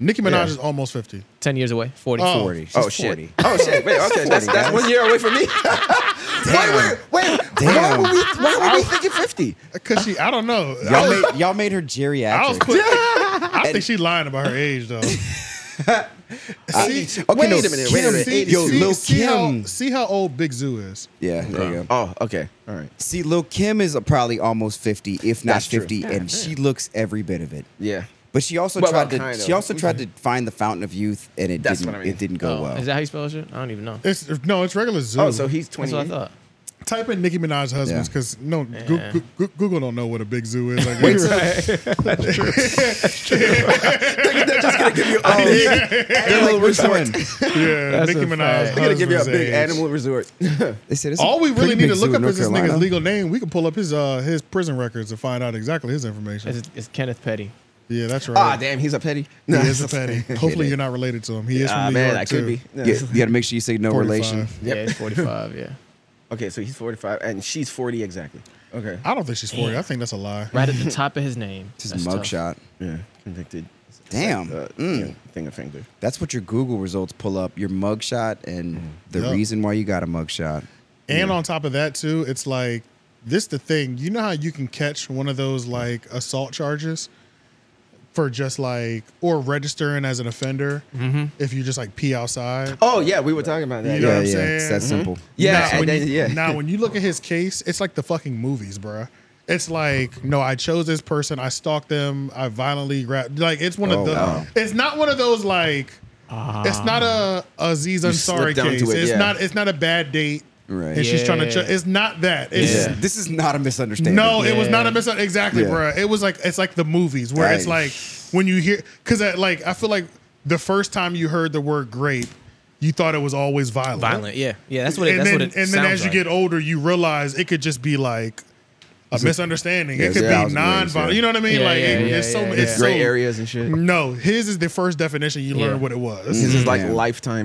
Nicki Minaj Yeah. is almost fifty. Ten years away. Forty. Oh. Forty. She's oh shit. 40. Oh shit. Wait. Okay. that's that's one year away [LAUGHS] from me. Damn. Wait, why Damn. were we, why were we thinking 50? Uh, Cause she, I [LAUGHS] don't know. [LAUGHS] I Y'all was- made y'all made her I was geriatric. quick. I think she lying about her [LAUGHS] age though. see, okay, no, wait a minute, wait a Kim- minute. See, Yo, see, Lil see Kim. How, see how old Big Zoo is. yeah, there you go. Oh, okay. All right. See, Lil Kim is probably almost fifty, if not That's true. fifty, and she looks every bit of it. Yeah. But she also Well, tried well, to kind she of. also tried to find the fountain of youth, and it That's didn't what I mean. it didn't go Oh, well. Is that how you spell it? I don't even know. It's no, it's regular Zoo. Oh, so he's That's 20. what I thought. type in Nicki Minaj husbands Yeah. because no, Goo- Yeah. Goo- Goo- Google don't know what a Big Zoo [LAUGHS] is. I guess. just gonna give you a big Like, animal which resort. one? yeah, Nicki Minaj. fact. They're gonna give you a husband's big age. animal resort. [LAUGHS] They said it's All a we really pretty need to big look zoo in up North is this nigga's Carolina. legal name. We can pull up his uh his prison records to find out exactly his information. It's, it's Kenneth Petty. Yeah, that's right. [LAUGHS] Ah, damn, he's a petty. He is a [LAUGHS] petty. Hopefully you're not related to him. He is Ah, from New man, York I too. could be. No. Yeah, you got to make sure you say no 45. relation. Yeah, it's 45. Yeah. Okay, so he's 45 and she's 40 exactly. Okay. I don't think she's forty. I think that's a lie. Right at the top of [LAUGHS] his name. It's his That's tough. mugshot. Yeah, convicted. Damn. Uh, Mm. yeah, Thing offender. That's what your Google results pull up. Your mugshot and the Mm-hmm. Yup. reason why you got a mugshot. And on top of that too, it's like this the thing. You know how you can catch one of those like assault charges for just like or registering as an offender if you just like pee outside. Mm-hmm. Oh, yeah, we were talking about that. You know yeah, what yeah, I'm saying? Mm-hmm. it's that simple. Yeah, Now, and when then, you, yeah. [LAUGHS] now, when you look at his case, it's like the fucking movies, bruh. It's like, no, I chose this person, I stalked them, I violently grabbed. Like, it's one Oh, of the. wow. It's not one of those like. it's not a Aziz Ansari Ah. slipped down case. to it, it's yeah. not. It's not a bad date. Right. And she's trying to. Yeah. Ch- it's not that. It's This, Yeah. is, this is not a misunderstanding. no, it was not a Yeah. misunderstanding. Exactly, Yeah. bruh. It was like it's like the movies where it's Right. like when you hear because like I feel like the first time you heard the word grape, you thought it was always violent. Violent. Yeah. Yeah. That's what it. and That's then what it and then sounds as you like. get older, you realize it could just be like a misunderstanding. Yeah, it it's could a be thousand non ways, yeah. violent. You know what I mean? Yeah, like yeah, it- yeah, it's so yeah, it's yeah. It's so, gray areas and shit. No, his is the first definition. You learn Yeah. what it was. This is like Yeah. lifetime.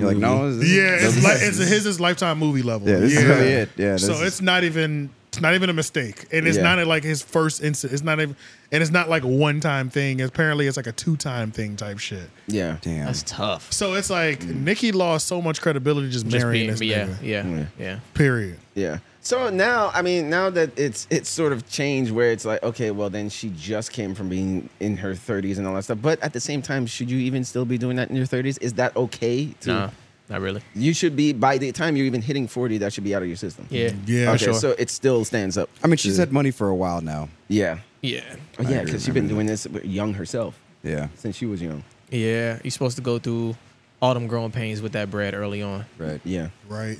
Mm-hmm. You're like, movie. no, this is- Yeah, it's this like it's is- his is lifetime movie level. Yeah, this is really it. Yeah, this so is- it's not even it's not even a mistake, and it's Yeah. not like his first instant. It's not even, and it's not like a one time thing. Apparently, it's like a two time thing type shit. Yeah. Damn. That's tough. So it's like Mm. Nikki lost so much credibility just, Just marrying being- this yeah, nigga. yeah, Yeah. yeah, Period. Yeah. So now, I mean, now that it's it's sort of changed where it's like, okay, well, then she just came from being in her 30s and all that stuff. But at the same time, should you even still be doing that in your 30s? Is that okay? To, Nah, not really. You should be by the time you're even hitting 40, that should be out of your system. Yeah, Yeah, Okay, sure. so it still stands up. I mean, she's had money for a while now. yeah, yeah, oh, yeah, agree, because she's been doing this young herself Yeah. since she was young. yeah. You're supposed to go through all them growing pains with that bread early on. Right. Yeah, right.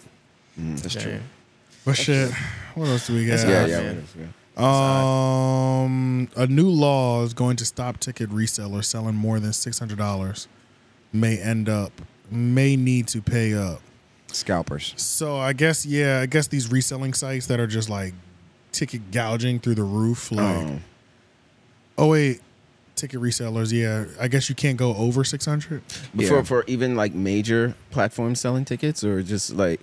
Mm. That's Damn. true. But shit, what else do we got? yeah, odd, yeah. man. yeah. Um, a new law is going to stop ticket resellers selling more than six hundred dollars. May end up may need to pay up. Scalpers. So I guess yeah, I guess these reselling sites that are just like ticket gouging through the roof. Like, Oh. oh, wait, ticket resellers. Yeah, I guess you can't go over six hundred. Before Yeah. for even like major platforms selling tickets or just like.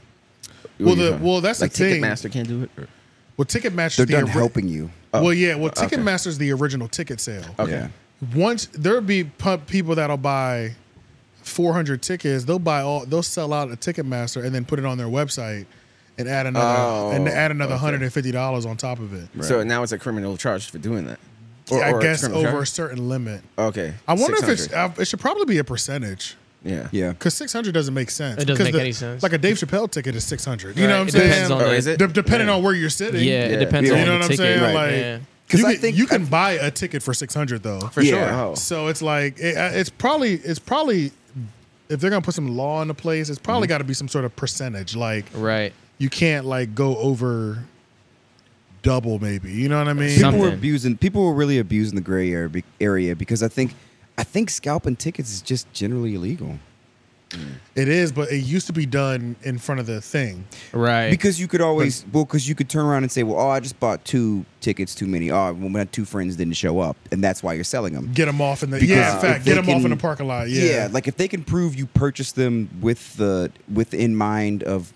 what are Well, you the- talking- well, that's the like thing. Ticketmaster can't do it. Or, Well, Ticketmaster. They're the done ori- helping you. Well, yeah. Well, Oh, okay. Oh. Ticketmaster's the original ticket sale. Okay. Yeah. once there'll be pu- people that'll buy 400 tickets they'll buy all they'll sell out a ticketmaster and then put it on their website and add another Oh, and add another okay. $150 on top of it So now it's a criminal charge for doing that. Or- i or a guess criminal over a charge? certain limit Okay. i wonder if it's 600. uh, it should probably be a percentage yeah. Yeah. because 600 doesn't make sense It doesn't because make any sense. like a dave chappelle ticket is 600 you know Right, what i'm it saying depends on Oh, the- is it? De- depending on where you're sitting Yeah, it Yeah. depends You on you know the what i'm ticket. saying Right. like Yeah. Because you I can- think you can buy a ticket for 600 though For sure. Yeah. Oh. So it's like it, uh, it's probably it's probably if they're gonna put some law into place, it's probably Mm-hmm. got to be some sort of percentage. Like Right. you can't like go over double, maybe. You know what I mean? people were Something. abusing. People were really abusing the gray area be- area because I think, I think scalping tickets is just generally illegal It is, but it used to be done in front of the thing. Right. because you could always well because you could turn around and say, well, oh, I just bought two tickets too many. Oh, well, my two friends didn't show up, and that's why you're selling them. Get them off in the Because yeah, in if fact, they get them off in can- the parking lot. Yeah, Yeah. like if they can prove you purchased them with the within mind of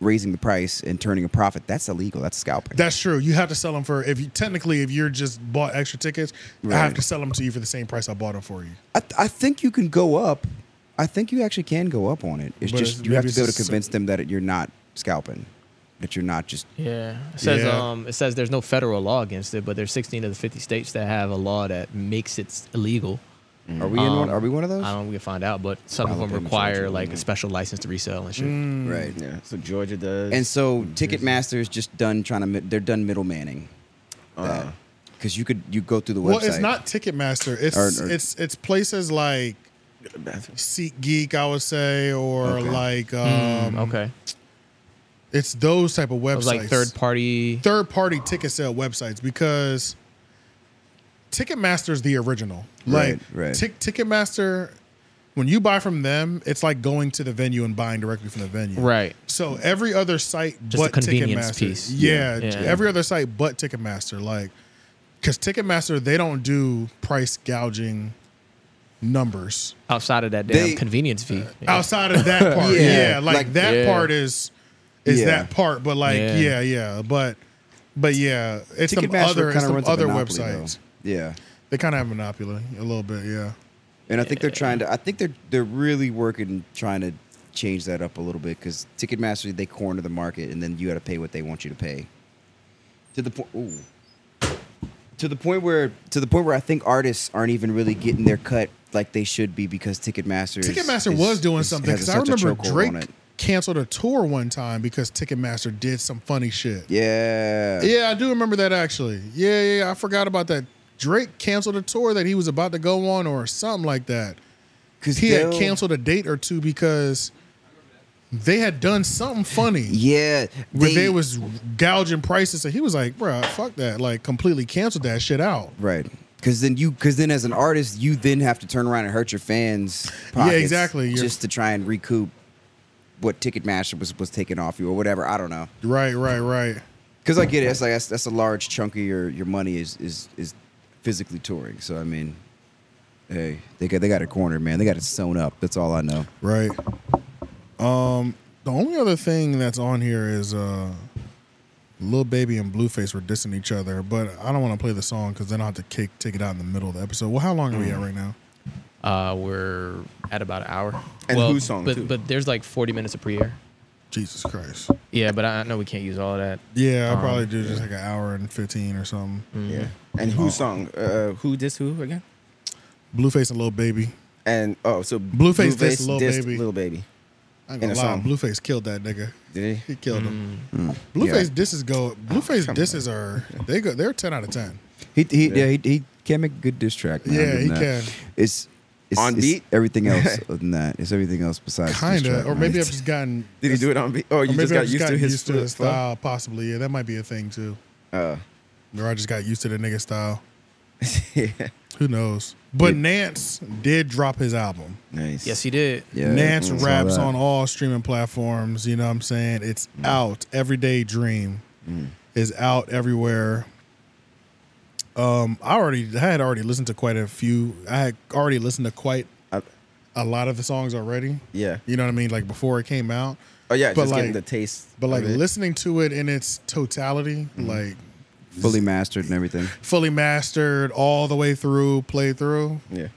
raising the price and turning a profit, that's illegal. That's scalping. that's true. You have to sell them for if you technically if you're just bought extra tickets, I have Right. to sell them to you for the same price I bought them for you. I, th- I think you can go up. I think you actually can go up on it. It's But just it's- you have maybe to be able it's to convince them that it, you're not scalping, that you're not just Yeah. It says Yeah. um it says there's no federal law against it, but there's 16 of the 50 states that have a law that makes it illegal. Are we in Um, one? Are we one of I those? don't know, we can find out, but some of Probably them in require Georgia, like yeah. Mm. a special license to resell and shit. Right. Hmm. Yeah. So Georgia does. And so Ticketmaster is just done trying to. mi- They're done middlemaning. Uh, Because you could you go through the website. Well, it's not Ticketmaster. It's Or- or- it's it's places like Seat Geek, I would say, or Okay. Hmm. like um, okay. It's those type of It websites, was like third party. third party ticket sale websites, because Ticketmaster's the original. Like Right, right. Tick- Ticketmaster, when you buy from them, it's like going to the venue and buying directly from the venue. Right. So every other site Just but a convenience Ticketmaster. piece. Yeah, Yeah. every other site but Ticketmaster. Like, because Ticketmaster they don't do price gouging numbers. Outside of that damn They- Uh, convenience fee. Yeah. outside of [LAUGHS] that part. yeah. Yeah. like, Like- that Yeah. part is is Yeah. that part, but like Yeah. yeah, yeah, but but yeah, it's some Ticketmaster other it's kinda some runs a other monopoly, websites. though. Yeah. They kind of have monopoly a little bit, yeah. And I think they're trying to. I think they're they're really working trying to change that up a little bit because Ticketmaster they corner the market and then you got to pay what they want you to pay. To the point. Ooh. To the point where to the point where I think artists aren't even really getting their cut like they should be because Ticketmaster. is- Ticketmaster is- was doing is- something has because I such a remember chokehold on Drake it. canceled a tour one time because Ticketmaster did some funny shit. Yeah. Yeah, I do remember that actually. Yeah, yeah, yeah, I forgot about that. Drake canceled a tour that he was about to go on or something like that. Because He had canceled a date or two because they had done something funny. Yeah, where they, was gouging prices. So he was like, bro, fuck that. Like, completely canceled that shit out. right. Because then you, because then as an artist, you then have to turn around and hurt your fans. Pockets exactly. You're- Just to try and recoup what Ticketmaster was was taking off you or whatever. I don't know. Right, right, right. Because I get it. That's like that's, that's a large chunk of your, your money is is is physically touring. So I mean, hey, they got they got it cornered, man. They got it sewn up. That's all I know. Right. Um, the only other thing that's on here is uh, Lil Baby and Blueface were dissing each other, but I don't want to play the song because then I'll have to kick, take it out in the middle of the episode. Well, how long are we at right now? Uh, we're at about an hour. And Who's song, but too? but there's like 40 minutes of pre-air. Jesus Christ. Yeah, but I I know we can't use all of that. Yeah, I'll Um, probably do just like an hour and 15 or something. Yeah. Mm-hmm. And who song? Uh, who dis who again? Blueface and Lil Baby. And oh, so Blueface dissed Lil dissed Baby. Lil Baby. I ain't In gonna a lie, song. Blueface killed that nigga. Did he? He killed Mm, him. Blueface disses go. Blueface come disses are they go. They're ten out of ten. He he yeah, he, he can make a good diss track. Man, Yeah, other than he that. can. It's, it's On it's beat? everything [LAUGHS] else other than that. It's everything else besides diss Kinda, track, or maybe man. I've just gotten. Did he do it on beat? Oh, Or you maybe just got I've used to gotten his used to his flow? style, possibly. Yeah, that might be a thing too. Uh, Or I just got used to the nigga style. [LAUGHS] yeah. Who knows? But Nance did drop his album. Nice. Yes, he did. yeah, Nance I saw raps that. on all streaming platforms. You know what I'm saying? It's Mm. out. Everyday Dream is out everywhere. Um, I already I had already listened to quite a few. I had already listened to quite I- a lot of the songs already. yeah. You know what I mean? Like before it came out. Oh yeah. But just getting like- the taste. But like of it. Mm-hmm. listening to it in its totality, like fully mastered and everything. fully mastered all the way through, played through. Yeah.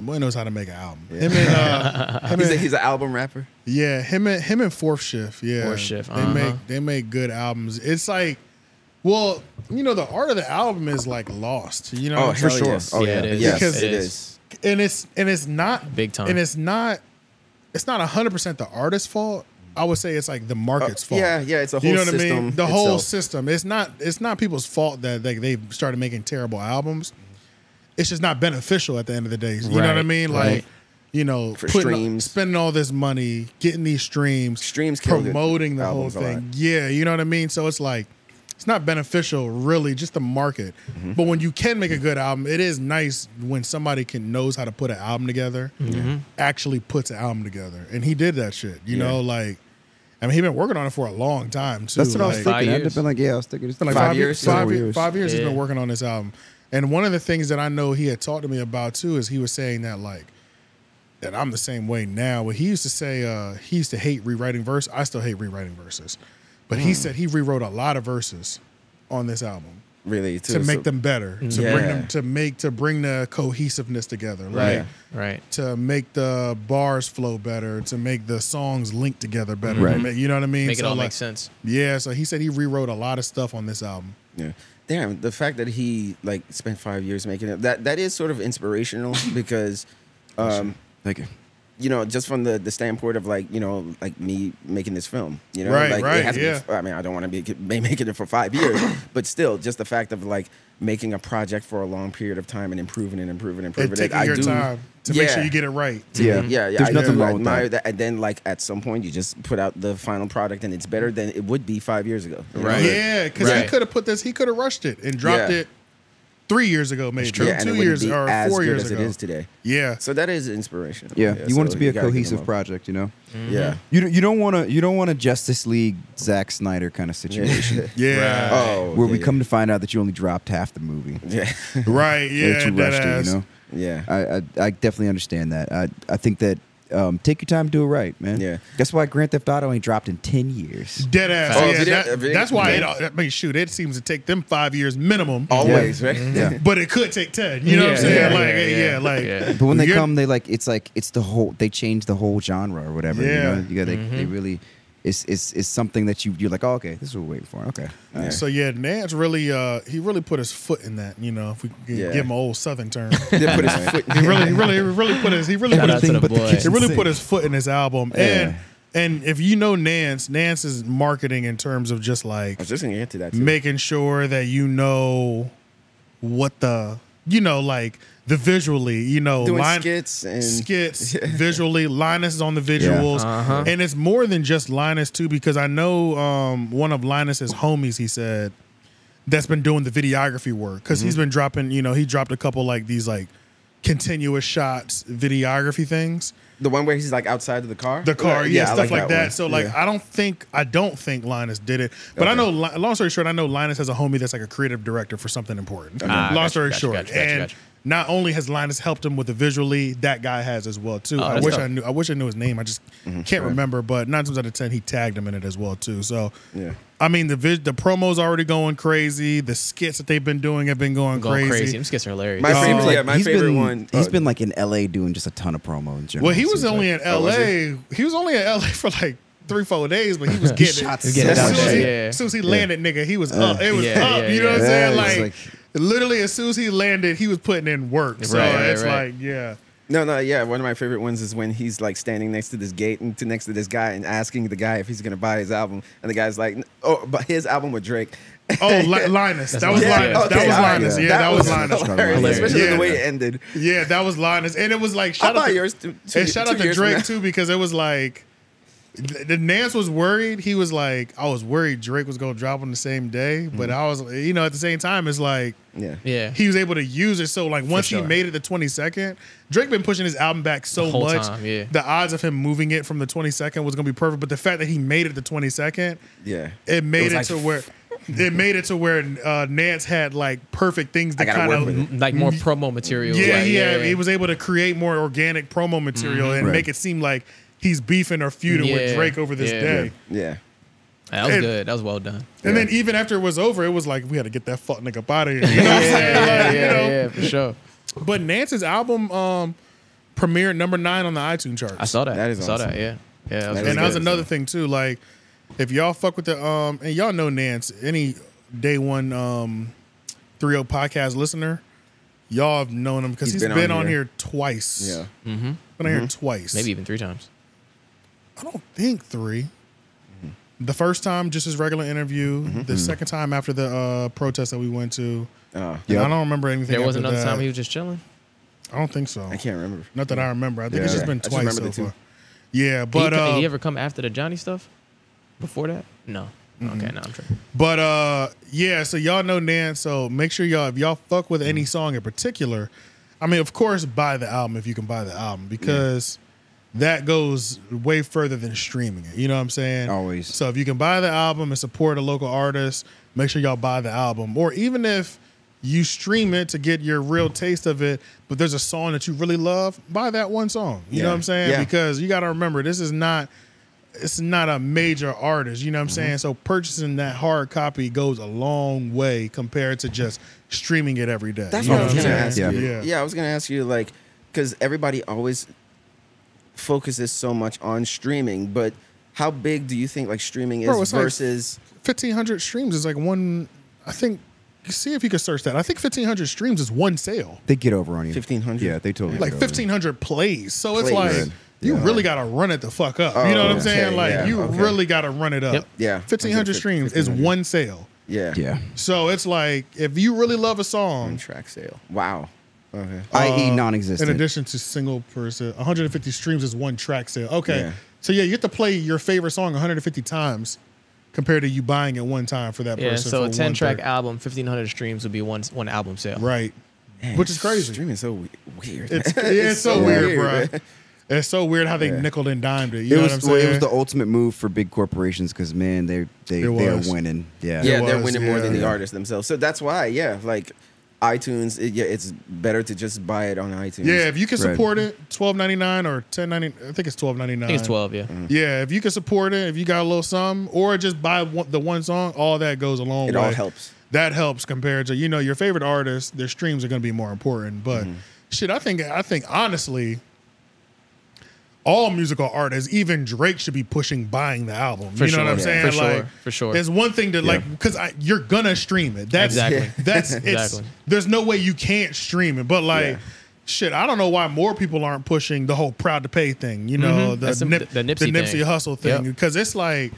Boy knows how to make an album. Yeah. Him and [LAUGHS] uh, him He's, a, and- he's an album rapper. Yeah, him and him and Fourth Shift. Yeah, Fourth Shift, They uh-huh. make they make good albums. It's like, well, you know, the art of the album is like lost. You know, Oh, what I'm hell saying? sure. yes. Oh, yeah, yeah. it is. Yes, it it is. is. and it's and it's not Big time. and it's not it's not hundred percent the artist's fault. I would say it's like the market's fault. Uh, yeah, yeah, it's a uh, you know whole what I mean. system The whole itself. system. It's not it's not people's fault that they they started making terrible albums. It's just not beneficial at the end of the day. You know what I Right, mean? Like. right. You know, For putting- streams. spending all this money, getting these streams, Streams kill the promoting the whole albums a lot. thing. Yeah, you know what I mean? So it's like it's not beneficial really, just the market. Mm-hmm. But when you can make a good album, it is nice when somebody can knows how to put an album together, actually puts an album together. And he did that shit. You know, like I mean he been working on it for a long time too. That's what I was like- thinking. I'd years. have been like, yeah, I was thinking it's like Five five, years? years, five, Four year- years. five years he's been Yeah. working on this album. And one of the things that I know he had talked to me about too is he was saying that like that I'm the same way now. What he used to say, uh, he used to hate rewriting verse. I still hate rewriting verses, but Hmm. he said he rewrote a lot of verses on this album Really. Too, to so- make them better, to Yeah. bring them to make to bring the cohesiveness together, like Right. Right. to make the bars flow better, to make the songs link together better. to Right. make- you know what I mean? Make it all like, make sense. Yeah. So he said he rewrote a lot of stuff on this album. Yeah. Damn, the fact that he like spent five years making it that that is sort of [COUGHS] inspirational because um Thank you. you know, just from the, the standpoint of like, you know, like me making this film, you know, Right, like right, it hasn't yeah. been, I mean, I don't want to be ma- making it for [COUGHS] five years, but still just the fact of like making a project for a long period of time and improving and improving and improving and taking I your do- time to make sure Yeah. you get it right. Yeah, Yeah, yeah, There's I nothing do wrong with admire that. And then, like at some point, you just put out the final product, and it's better than it would be five years ago. you know? Right. Yeah, because he Right. could have put this, he could have rushed it and dropped Yeah. it three years ago, maybe Yeah, and it two wouldn't years be or as four good years as ago. it is today. Yeah, So that is inspirational. Yeah, you want it so to be a gotta give Mm-hmm. them cohesive up. project, you know. Yeah. You don't- you don't want to you don't want a Justice League Zack Snyder kind of situation yeah, Right. [LAUGHS] Oh, where yeah, we yeah. come to find out that you only dropped half the movie. Yeah, [LAUGHS] right, yeah, that you dead rushed it, ass. you know. yeah. I, I I definitely understand that. I I think that um, take your time, do it right, man. Yeah. That's why Grand Theft Auto ain't dropped in ten years. Dead ass. Oh, yeah, video- that- video- that's why yeah. it. I mean, shoot, it seems to take them five years minimum, Always, Yeah. right? Yeah. but it could take ten. You know what I'm Yeah, saying? yeah, like, yeah, yeah, yeah. like. Yeah. But when they you're- come, they like it's like it's the whole they change the whole genre or whatever. Yeah. You know, you got they, Mm-hmm. they really it's it's it's something that you you're like, oh okay, this is what we're waiting for. Okay. All right. So yeah, Nance really, uh, he really put his foot in that. You know, if we can Yeah. give him an old Southern term, They put his foot. he really, he really, he really put his, he really Shout put out his to the boy. kitchen It really sink. put his foot in his album, and Yeah. and if you know Nance, Nance is marketing in terms of just like I was just gonna get to that. Too. making sure that you know what the you know like the visually you know doing line- skits and [LAUGHS] skits visually. Linus is on the visuals, Uh-huh. and it's more than just Linus too, because I know um, one of Linus's homies. He said Mm-hmm. that's been doing the videography work because he's been dropping. You know, he dropped a couple like these like continuous shots, videography things. The one where he's like outside of the car. The car, yeah, I stuff like, that. one. So like, Yeah. I don't think I don't think Linus did it, but I Okay. know. Li- Long story short, I know Linus has a homie that's like a creative director for something important. Ah, long gotcha, story gotcha, short, gotcha, gotcha, and gotcha. not only has Linus helped him with the visually, that guy has as well too. Oh, I that's wish dope. I knew. I wish I knew his name. I just Mm-hmm. can't remember. But nine times out of ten, he tagged him in it as well too. So Yeah. I mean the vis- the promos already going crazy. The skits that they've been doing have been going, Going crazy. crazy. Them skits are hilarious. My Seems favorite, like yeah, my he's favorite been, one. He's uh, been like in LA doing just a ton of promo in general. Well, he it was seems only like. in Oh, was LA. he? was only in LA [LAUGHS] for like three, four days, but he [LAUGHS] was getting Shots. it. Uh, He was getting it as, soon down as he, there. Yeah. as soon as he landed, nigga, he was up. It was Yeah, up. yeah, you know what I'm yeah. saying? Yeah, Like, it's literally, as soon as he landed, he was putting in work. So Right, right, it's right. like, yeah. No, no, yeah. One of my favorite ones is when he's like standing next to this gate and to next to this guy and asking the guy if he's gonna buy his album, and the guy's like, "Oh, but his album with Drake." Oh, Li- Linus. that [LAUGHS] was Linus. Linus. okay, that was all right, Linus. Yeah, that, was [LAUGHS] Linus. hilarious, Hilarious. Especially Yeah. the way it ended. Yeah, that was Linus. And it was like, shout out thought to, yours two- two- and shout two out to years from now. Drake too, because it was like, th- the Nance was worried. He was like, I was worried Drake was going to drop on the same day. But I was, you know, at the same time, it's like, Mm-hmm. Yeah. yeah. he was able to use it. So like once sure. he made it the 22nd, Drake been pushing his album back so The whole much. time, yeah. The odds of him moving it from the 22nd was gonna be perfect, but the fact that he made it the 22nd, Yeah. it made it, was like, to where it made it to where uh, Nance had like perfect things to gotta kind work with of. it. like more promo material. Yeah, like, Mm-hmm. yeah, He was able to create more organic promo material and Right. make it seem like he's beefing or feuding with Yeah, Drake over this yeah. day. Yeah. That was and- good. That was well done. And Yeah. then even after it was over, it was like we had to get that fuck nigga up out of here. You know what I'm saying? Like, you know, yeah, for sure. But Nance's album um, premiered number nine on the iTunes charts. I saw that. That is I saw awesome. that. Yeah, yeah. that was That really is and that was good. another thing too. Like, if y'all fuck with the um, and y'all know Nance, any day one um, three O podcast listener, y'all have known him because he's been, on, here. twice. Yeah. been on here twice. Mm-hmm. maybe even three times. I don't think 3 The first time, just his regular interview. Mm-hmm. The second time after the uh, protest that we went to. Uh, And Yep. I don't remember anything. There was after another that. time he was just chilling. I don't think so. I can't remember. Not that I remember. I think Yeah. it's just Okay. I been just twice remember so the two. far. Yeah, Did he but co- did uh, he ever come after the Johnny stuff? Before that? No. Mm-hmm. Okay, no, I'm tripping. but uh, yeah. So y'all know Nan. So make sure y'all if y'all fuck with Mm. any song in particular. I mean, of course, buy the album if you can buy the album because that goes way further than streaming it. You know what I'm saying? Always. So if you can buy the album and support a local artist, make sure y'all buy the album. Or even if you stream it to get your real Mm. taste of it, but there's a song that you really love, buy that one song. You know Yeah. what I'm saying? Yeah. Because you got to remember, this is not it's not a major artist, you know what I'm saying? So purchasing that hard copy goes a long way compared to just streaming it every day. That's You what know I was gonna I'm ask saying? you. Yeah. yeah. I was gonna ask you like, because everybody always focuses so much on streaming, but how big do you think like streaming is Bro, it's like- versus? 1500 streams is like one I think see if you could search that. I think 1500 streams is one sale. They get over on you. 1500? Yeah, they totally Like get over. 1500 plays. So it's Plays. like Right. you Yeah. really got to run it the fuck up. Oh, you know what I'm okay, saying? Like yeah, you okay. really got to run it up. Yep. Yeah. 1500 streams is 1500. one sale. Yeah. Yeah. So it's like if you really love a song, Track sale. Wow. Okay. I.e. Uh, E non-existent. In addition to single person, 150 streams is one track sale. Okay. Yeah. So yeah, you get to play your favorite song 150 times compared to you buying it one time for that Yeah, person. so for a 10 track one album, 1,500 streams would be one one album sale. third. Right. Man, Which is crazy. Streaming is so we- [LAUGHS] weird. It's, it's, so, weird, bro. man. It's so weird how they Yeah. nickel and dimed it. You it know was what I'm well, saying? it was the ultimate move for big corporations because man, they they It they are was. winning. Yeah. Yeah, It they're was, winning more than yeah. the artists themselves. So that's why, yeah, like iTunes, it, yeah, it's better to just buy it on iTunes. yeah, if you can Right. support it, twelve ninety nine or ten ninety. I think it's twelve ninety nine. I think it's 12, yeah. Mm-hmm. Yeah, if you can support it, if you got a little something, or just buy one, the one song, all that goes a long It way. all helps. That helps compared to you know your favorite artist. Their streams are going to be more important. But Mm-hmm. shit, I think I think honestly, all musical artists, even Drake, should be pushing buying the album. For you know sure, what I'm yeah. saying? For like, sure, for sure. There's one thing to like because you're gonna stream it. That's [LAUGHS] Exactly. That's it's. Exactly. There's no way you can't stream it. But like. Yeah. Shit, I don't know why more people aren't pushing the whole proud to pay thing. You know, the, Mm-hmm. That's the- nip, the Nipsey the thing. Nipsey hustle thing Yep. because it's like,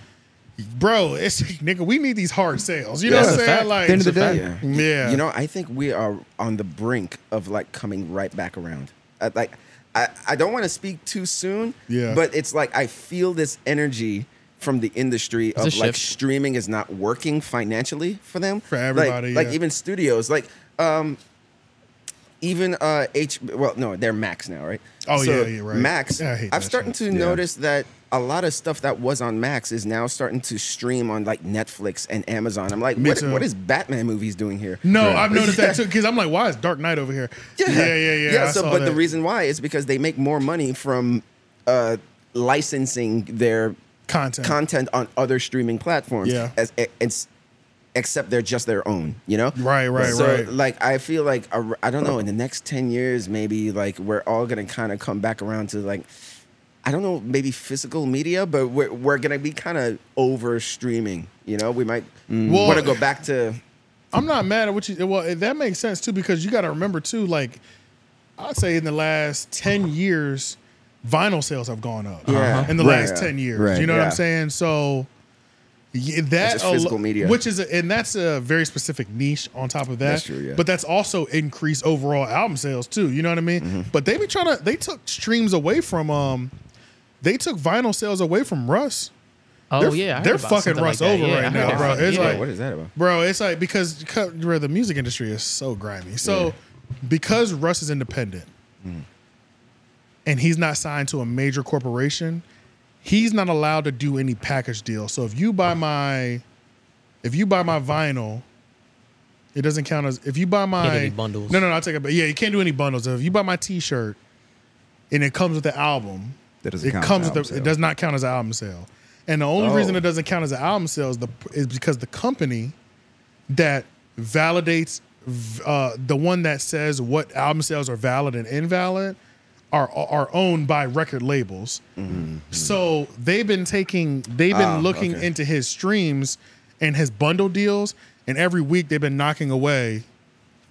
bro, it's nigga, we need these hard sales. You know That's what a I'm saying? fact. Like, At the end of the day, Yeah. Yeah. You know, I think we are on the brink of like coming right back around. I, like, I, I don't want to speak too soon. Yeah. But it's like I feel this energy from the industry a of like shift. streaming is not working financially for them. For Like- everybody, Like, yeah. even studios. Like um even uh H well no they're Max now right Oh, yeah, yeah, right. Max Yeah, I hate I'm that starting shit. to Yeah. notice that a lot of stuff that was on Max is now starting to stream on like Netflix and Amazon I'm like Me what, too. what is Batman movies doing here No, I've [LAUGHS] noticed that too because I'm like, why is Dark Knight over here? yeah yeah, yeah. I so saw but the that. reason why is because they make more money from uh licensing their content. content on other streaming platforms. Yeah. As, it's, except they're just their own, you know? Right, right, so, right. Like, I feel like, ar- I don't know, in the next 10 years, maybe, like, we're all going to kind of come back around to, like, I don't know, maybe physical media, but we're, we're going to be kind of over streaming, you know? We might Well- want to go back to. I'm not mad at what you. Well, that makes sense too because you got to remember too. Like, I'd say in the last ten years, vinyl sales have gone up. Yeah. in the Right. last ten years, Right. you know what Yeah. I'm saying? So. Yeah, that just al- physical media. which is a, and that's a very specific niche. On top of that, That's true, yeah. but that's also increased overall album sales too. You know what I mean? But they be trying to they took streams away from um, they took vinyl sales away from Russ. Oh They're- yeah, I heard they're about fucking something Russ that. over Yeah, right I heard now, about bro. something. It's Yeah. like- what is that about? Bro, it's like because cu- bro, the music industry is so grimy. So because Russ is independent Mm. and he's not signed to a major corporation, he's not allowed to do any package deal. So if you buy my if you buy my vinyl, it doesn't count as if you buy my do any bundles. No, no, no, I'll take it back. Yeah, you can't do any bundles. If you buy my t shirt and it comes with the album, That doesn't it count as comes an with album the, sale. it does not count as an album sale. And the only Oh. reason it doesn't count as an album sale is the is because the company that validates v- uh, the one that says what album sales are valid and invalid are are owned by record labels. So they've been taking they've Mm-hmm. been Ah, looking okay. into his streams and his bundle deals, and every week they've been knocking away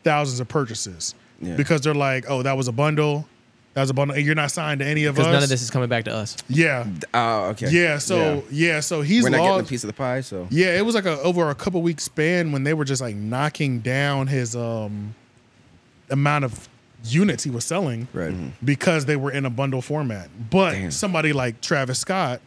thousands of purchases Yeah. because they're like, oh, that was a bundle. That was a bundle. and You're not signed to any of us. Because none of this is coming back to us. Yeah. Oh, okay. Yeah. So yeah. So he's We're not getting a lost. piece of the pie, so. Yeah, it was like a, over a couple weeks span when they were just like knocking down his um amount of units he was selling Right. because they were in a bundle format. But Mm-hmm. Damn. somebody like Travis Scott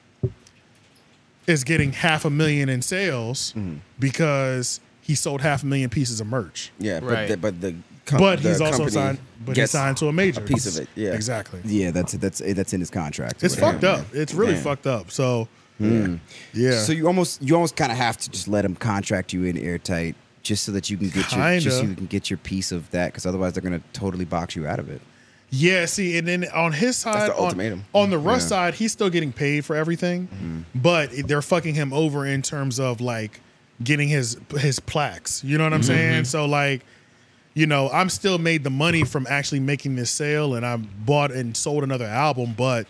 is getting half a million in sales Mm-hmm. because he sold half a million pieces of merch. Yeah, but Right. the, but the com- But the he's also company signed but he's gets- signed to a major. piece of it, yeah. Exactly. Yeah, that's that's eh, that's in his contract. It's Whatever. fucked up. It's really Yeah. fucked up. So Hmm. yeah. So you almost you almost kind of have to just let them contract you in airtight, just so that you can get your just so Kinda. you can get your piece of that, because otherwise they're gonna totally box you out of it. Yeah, see, and then on his side, the on- ultimatum. Mm-hmm. On, the Russ side, he's still getting paid for everything, but they're fucking him over in terms of like getting his his plaques. You know what I'm Mm-hmm. saying? So like, you know, I'm still made the money from actually making this sale, and I bought and sold another album, but.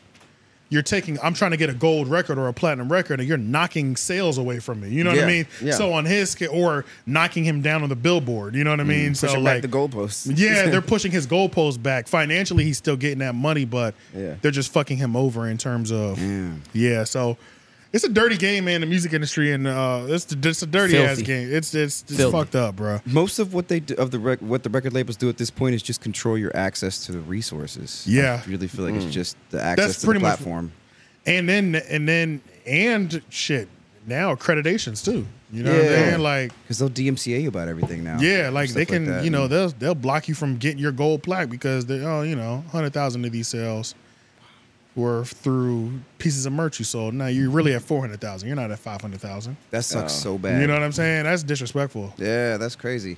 You're taking. I'm trying to get a gold record or a platinum record, and you're knocking sales away from me. You know what Yeah, I mean. yeah. So on his ca- or knocking him down on the billboard. You know what I mean. so Mm-hmm. pushing like back the goalposts. yeah, they're pushing his goalposts back. Financially, he's still getting that money, but Yeah. they're just fucking him over in terms of yeah. So it's a dirty game, man. The music industry and uh, it's it's a dirty ass Filthy. game. It's it's, it's Filthy. fucked up, bro. Most of what they do, of the rec- what the record labels do at this point is just control your access to the resources. Yeah. I really feel like it's just the access to pretty the much- platform. And then and then and shit. Now accreditations too. You know what I'm Yeah. saying? Like Because they'll DMCA you about everything now. yeah, like Stuff they can that. you know they'll they'll block you from getting your gold plaque because they oh you know hundred thousand of these sales. Were through pieces of merch you sold. Now you're really at four hundred thousand. You're not at five hundred thousand. that sucks Oh. so bad. You know what I'm saying? That's disrespectful. Yeah, that's crazy.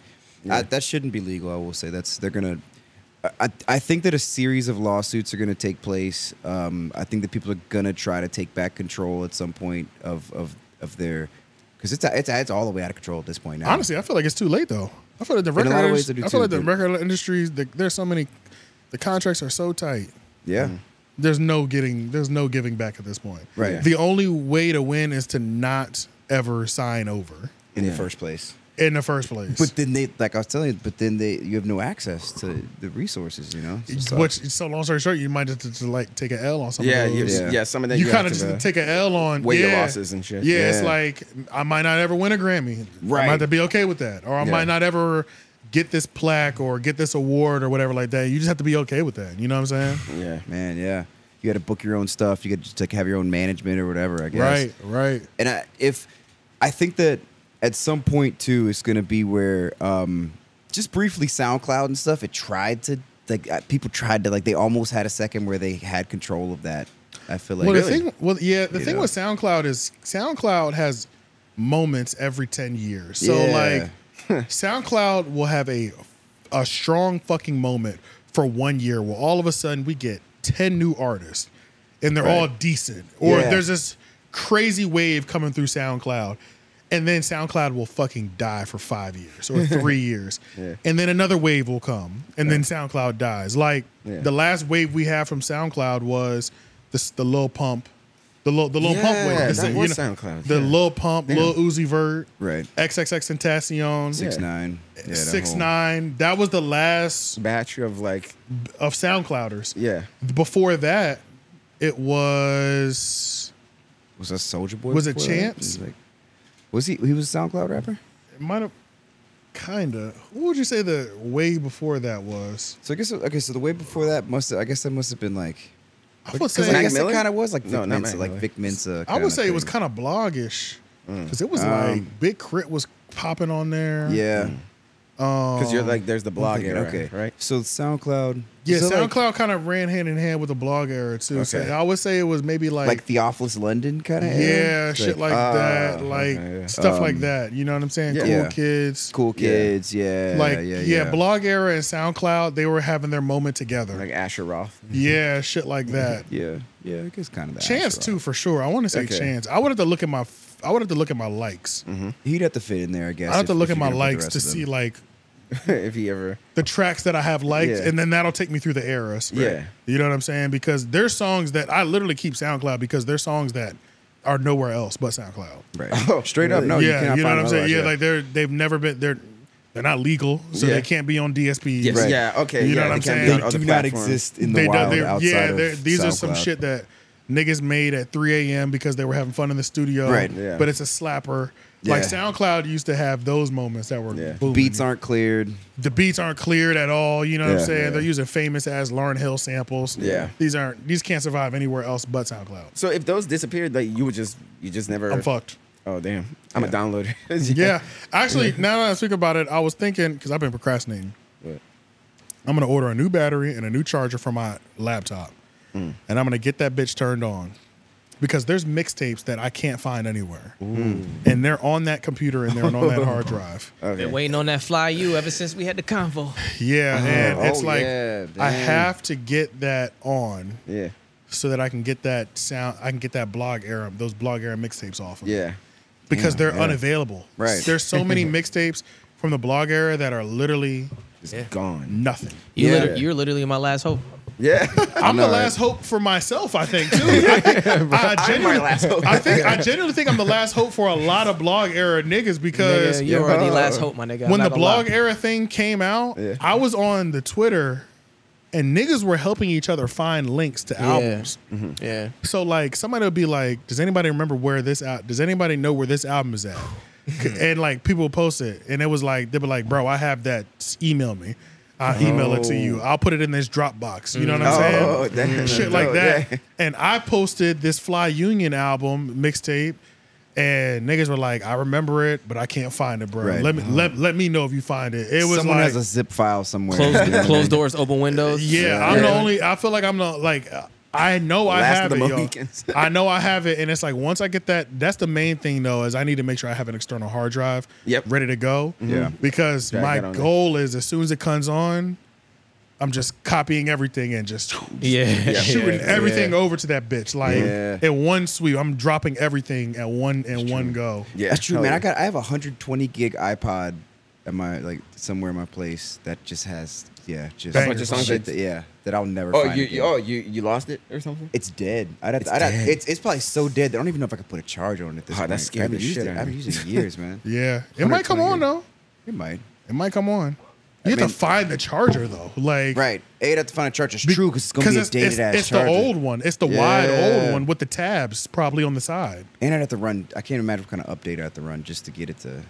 I, that shouldn't be legal. I will say that's they're gonna. I- I, I think that a series of lawsuits are going to take place. Um, I think that people are going to try to take back control at some point of of, of their because it's, it's it's all the way out of control at this point now. Honestly, I feel like it's too late though. I feel like the lot record. of indus- ways they do I feel too, like the dude. record industries. The, there's so many. The contracts are so tight. yeah, Mm-hmm. There's no getting. There's no giving back at this point. Right. The only way to win is to not ever sign over in Yeah. the first place. in the first place. But then they, like I was telling you, but then they, you have no access to the resources, you know. So- which so long story short, you might just, just like take an L on something. Yeah, of you, those. yeah, Yeah. Some of that You, have kind of to, just uh, take an L on weigh yeah. your losses and shit. Yeah, it's Yeah. like I might not ever win a Grammy. I Right. might have to be okay with that, or I Yeah. might not ever get this plaque or get this award or whatever like that. You just have to be okay with that. You know what I'm saying? Yeah. man, yeah, you got to book your own stuff. You got to like have your own management or whatever. I guess. Right, right. and I, if I think that at some point too, it's going to be where um, just briefly SoundCloud and stuff. It tried to like uh, people tried to like they almost had a second where they had control of that. I feel like Well, the thing, well, yeah, the You thing know? with SoundCloud is SoundCloud has moments every ten years. So Yeah. like, [LAUGHS] SoundCloud will have a a strong fucking moment for one year, where all of a sudden we get ten new artists, and they're all decent, or Yeah. there's this crazy wave coming through SoundCloud. And then SoundCloud will fucking die for five years [LAUGHS] or three years. And then another wave will come. And then SoundCloud dies. Like Yeah. the last wave we have from SoundCloud was this the Lil Pump, the Lil the Lil Pump Yeah, wave. that This is, was SoundCloud, The yeah. Lil Pump, Lil Uzi Vert, Right. XXX Tentacion, six nine, Yeah, that six whole- nine. That was the last batch of like of SoundClouders. yeah. [LAUGHS] Before that, it was was that Soldier Boy? Was it before that? Chance? Like- was he? He was a SoundCloud rapper. it might have kinda. What would you say the wave before that was? So I guess okay. So the way before that must. I guess that must have been like. I would Because I say guess Miller? it kind of was like Vic No, not Mensa, Mac like Miller. Vic Mensa. I would kinda say it was thing. kind of blogish because it was Um, like Big Crit was popping on there. Um, Yeah. Because Um, you're like, there's the blog Thinking, era, okay. right? So SoundCloud. Yeah, so like- SoundCloud kind of ran hand in hand with the blog era too. So Okay. I would say it was maybe like, Like, Theophilus London kind of. yeah, shit like that, ah, like okay, yeah. stuff like oh, Um, that. You know what I'm saying? yeah. Cool Yeah. kids, Cool kids. Yeah. like yeah, yeah, yeah, blog era and SoundCloud, they were having their moment together. Like Asher Roth. [LAUGHS] yeah, shit like that. [LAUGHS] Yeah. Yeah. I guess kind of that. Chance That's right. too for sure. I want to say Okay. Chance. I would have to look at my, f- I would have to look at my likes. He'd have to fit in there, I guess. I'd have to if- look if at you're my gonna put the likes rest to of them. see like if he ever. the tracks that I have liked, Yeah. and then that'll take me through the eras. Yeah. You know what I'm saying? Because there's songs that I literally keep SoundCloud because there's songs that are nowhere else but SoundCloud. Right. Oh, Straight up. really? No. yeah, cannot you, know find what I'm it saying? otherwise, Yeah, like they're they've never been they're they're not legal, so Yeah. they can't be on DSP. Yes. Right. Yeah. Okay. You know yeah, what I'm they can't saying? be they on They do other not platforms. exist in the They wild don't. They're, outside yeah, of they're, these are some SoundCloud. shit that niggas made at 3 a.m. because they were having fun in the studio. Right. Yeah. But it's a slapper. Like Yeah. SoundCloud used to have those moments that were Yeah. booming. Beats aren't cleared. the beats aren't cleared at all. You know what Yeah. I'm saying? They're using famous as Lauren Hill samples. Yeah. These aren't these can't survive anywhere else but SoundCloud. So if those disappeared, like you would just you just never. I'm fucked. Oh damn! I'm a downloader. [LAUGHS] Yeah. Actually, now that I speak about it, I was thinking because I've been procrastinating. What? I'm gonna order a new battery and a new charger for my laptop. And I'm gonna get that bitch turned on. Because there's mixtapes that I can't find anywhere. And they're on that computer and they're on that hard drive. Been waiting on that fly you ever since we had the convo. Yeah. and it's oh, like yeah, I damn. have to get that on. Yeah. so that I can get that sound, I can get that blog era, those blog era mixtapes off of. Yeah. Because they're unavailable. Right. There's so many mixtapes from the blog era that are literally It's gone. nothing. You Yeah. liter- you're literally my last hope. Yeah. I'm know, the right? last hope for myself, I think, too. I, think, I genuinely, last hope. I think I genuinely think I'm the last hope for a lot of blog era niggas because Nigga, you're already last hope, my nigga. I'm when not the gonna lie. blog era thing came out, Yeah. I was on the Twitter and niggas were helping each other find links to Yeah. albums. yeah, So like somebody would be like, "Does anybody remember where this out? Does anybody know where this album [LAUGHS] is at?" and like people would post it, and it was like they were like, "Bro, I have that. Just Email me. I'll email it to Oh. you. I'll put it in this Dropbox. You know Mm. what I'm saying? Oh, that- Shit like oh, that." yeah. And I posted this Fly Union album mixtape. And niggas were like, I remember it, but I can't find it, bro. Right. Uh-huh. Let me let, let me know if you find it. It was Someone like has a zip file somewhere. [LAUGHS] You know [LAUGHS] closed what I mean? closed doors, open windows. yeah, I'm the only. I feel like I'm the like. uh, I know I Last have of the it, Mohicans. y'all. I know I have it, and it's like once I get that. That's the main thing though, is I need to make sure I have an external hard drive. Yep. Ready to go. Yeah. Because Mm-hmm. Drag that my on there. goal is as soon as it comes on, I'm just copying everything and just yeah, [LAUGHS] yeah. shooting everything over to that bitch like Yeah. in one sweep. I'm dropping everything at one in one go. Yeah. That's true, hell man. yeah. I got I have a hundred twenty gig iPod at my like somewhere in my place that just has yeah just Bangers. A bunch of songs shit that- that, yeah that I'll never. Oh, find you, again. you- oh you you lost it or something? It's dead. I'd have to, It's it's, I'd have- dead. it's, it's probably so dead. that I don't even know if I could put a charge on it. At this Oh, that point. scared I haven't the used shit it. out of I haven't me. used it in years, [LAUGHS] man. Yeah. It might come 120. on though. It might. It might come on. You have mean- to find the charger though. Like Right. Eight have to find a charger. It's true because it's gonna be a it's- dated it's, ass it's charger. the old one. It's the wide Yeah. old one with the tabs probably on the side. And I'd have to run. I can't imagine what kind of update I have to run just to get it to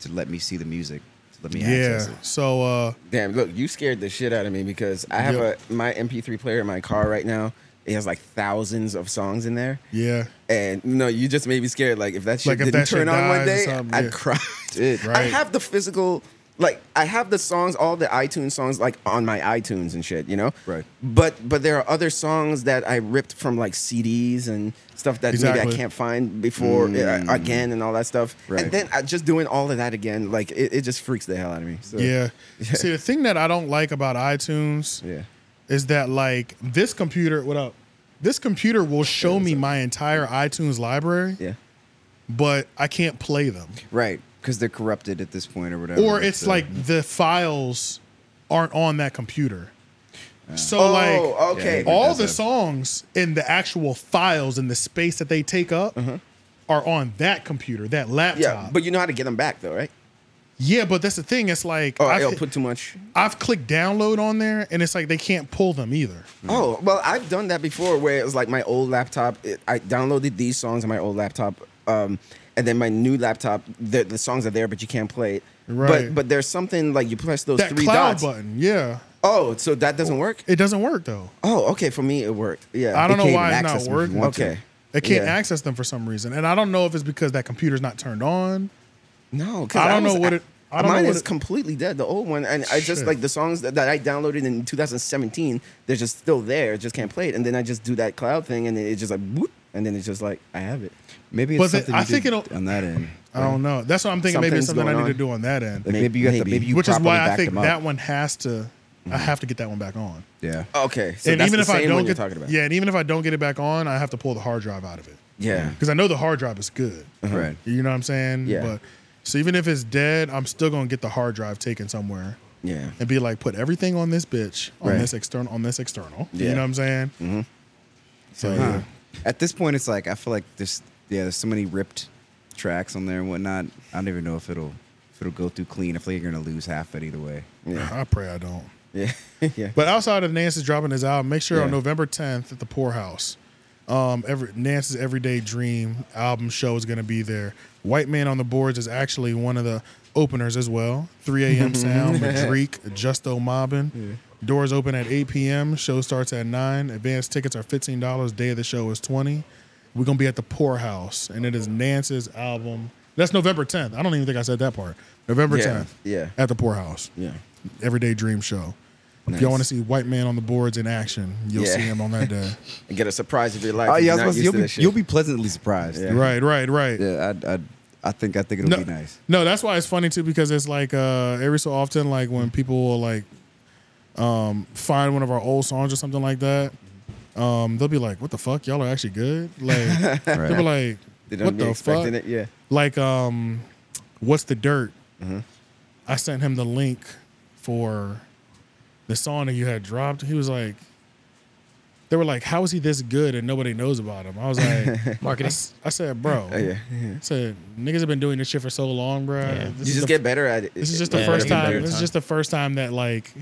to let me see the music, to let me access Yeah. it. So uh Damn, look, you scared the shit out of me because I have Yep. a my MP3 player in my car right now. It has like thousands of songs in there. yeah. And no, you just made me scared. Like if that shit Like, if didn't that shit turn on one dies or day, something, I'd yeah. cry. Dude, I Right. have the physical like I have the songs, all the iTunes songs, like on my iTunes and shit, you know. Right. But but there are other songs that I ripped from like CDs and stuff that maybe Exactly. I can't find before uh, again and all that stuff. Right. And then I, just doing all of that again, like it, it just freaks the hell out of me. So, Yeah. [LAUGHS] See, the thing that I don't like about iTunes Yeah. is that like this computer, what up? This computer will show me my entire iTunes library, Yeah. but I can't play them. Right. Because they're corrupted at this point or whatever. uh, Or it's so- like the files aren't on that computer. So Oh, like okay. Yeah. all does the have- songs in the actual files and the space that they take up Uh-huh. are on that computer, that laptop. Yeah, but you know how to get them back though, right? yeah, but that's the thing. It's like Oh, I've, I'll put too much. I've clicked download on there, and it's like they can't pull them either. Oh, well, I've done that before where it was like my old laptop. It, I downloaded these songs on my old laptop. Um, and then my new laptop, the, the songs are there, but you can't play it. Right. But but there's something like you press those That three cloud dots. button, yeah, Oh, so that doesn't work? it doesn't work though. Oh, okay. For me, it worked. Yeah. I don't It know can't why it's access them if not you working. want Okay. It can't Yeah. access them for some reason, and I don't know if it's because that computer's not turned on. No, 'cause I don't was- know what it- I don't know mine what is it- completely dead. The old one, and I just Shit. like the songs that, that I downloaded in 2017. They're just still there. Just can't play it. And then I just do that cloud thing, and then it's just like whoop, and then it's just like I have it. Maybe But it's the- something I you think did it'll- on that end. I don't know. That's what I'm thinking. Maybe it's Something's something I need going to on. do on that end, Like maybe, you got the, Maybe. maybe you which is properly why I backed think them up. that one has to. I have to get that one back on. Yeah. Okay. Mm-hmm. So and that's even the if same I don't one get, you're talking about. yeah, and even if I don't get it back on, I have to pull the hard drive out of it Yeah. because I know the hard drive is good. Uh-huh. Right. You know what I'm saying? Yeah. But so even if it's dead, I'm still gonna get the hard drive taken somewhere Yeah. and be like, put everything on this bitch on Right. this external on this external. You Yeah. know what I'm saying? Mm-hmm. So yeah. At this point, it's like I feel like there's yeah, there's so many ripped tracks on there and whatnot. I don't even know if it'll if it'll go through clean. I feel like you're gonna lose half of it either way. I pray I don't. Yeah. yeah. [LAUGHS] But outside of Nance's dropping his album, make sure on Yeah. November 10th at the Poorhouse, um, every, Nance's Everyday Dream album show is going to be there. White Man on the Boards is actually one of the openers as well. 3 [LAUGHS] a.m. sound, Madreek, Justo Mobbin. Doors open at 8 p.m. Show starts at 9. Advance tickets are $15. Day of the show is 20 We're going to be at the Poorhouse, and it is Nance's album. That's November 10th. I don't even think I said that part. November Yeah, 10th yeah. at the Poorhouse. Yeah. Everyday Dream Show. If y'all want to see White Man on the boards in action, you'll Yeah. see him on [LAUGHS] that day. And get a surprise of your life. Oh if yeah, I you're was about to say, you'll not used to be that shit. you'll be pleasantly surprised. Yeah. right, right, right. Yeah, I, I I think I think it'll no, be nice. no, that's why it's funny too because it's like uh, every so often, like when people will like um, find one of our old songs or something like that, um, they'll be like, "What the fuck? Y'all are actually good." [LAUGHS] Like they'll be like, They don't "What be the fuck?" expecting it. Yeah. Like, um, what's the dirt? Mm-hmm. I sent him the link for the song that you had dropped. He was like, they were like, how is he this good and nobody knows about him? I [LAUGHS] was like, I, Marketing. s- I said, bro, Oh, yeah. yeah. I said, niggas have been doing this shit for so long, bro. Yeah. You just the, get better at it. this is just the Yeah, first you get time. better This is time. just the first time that like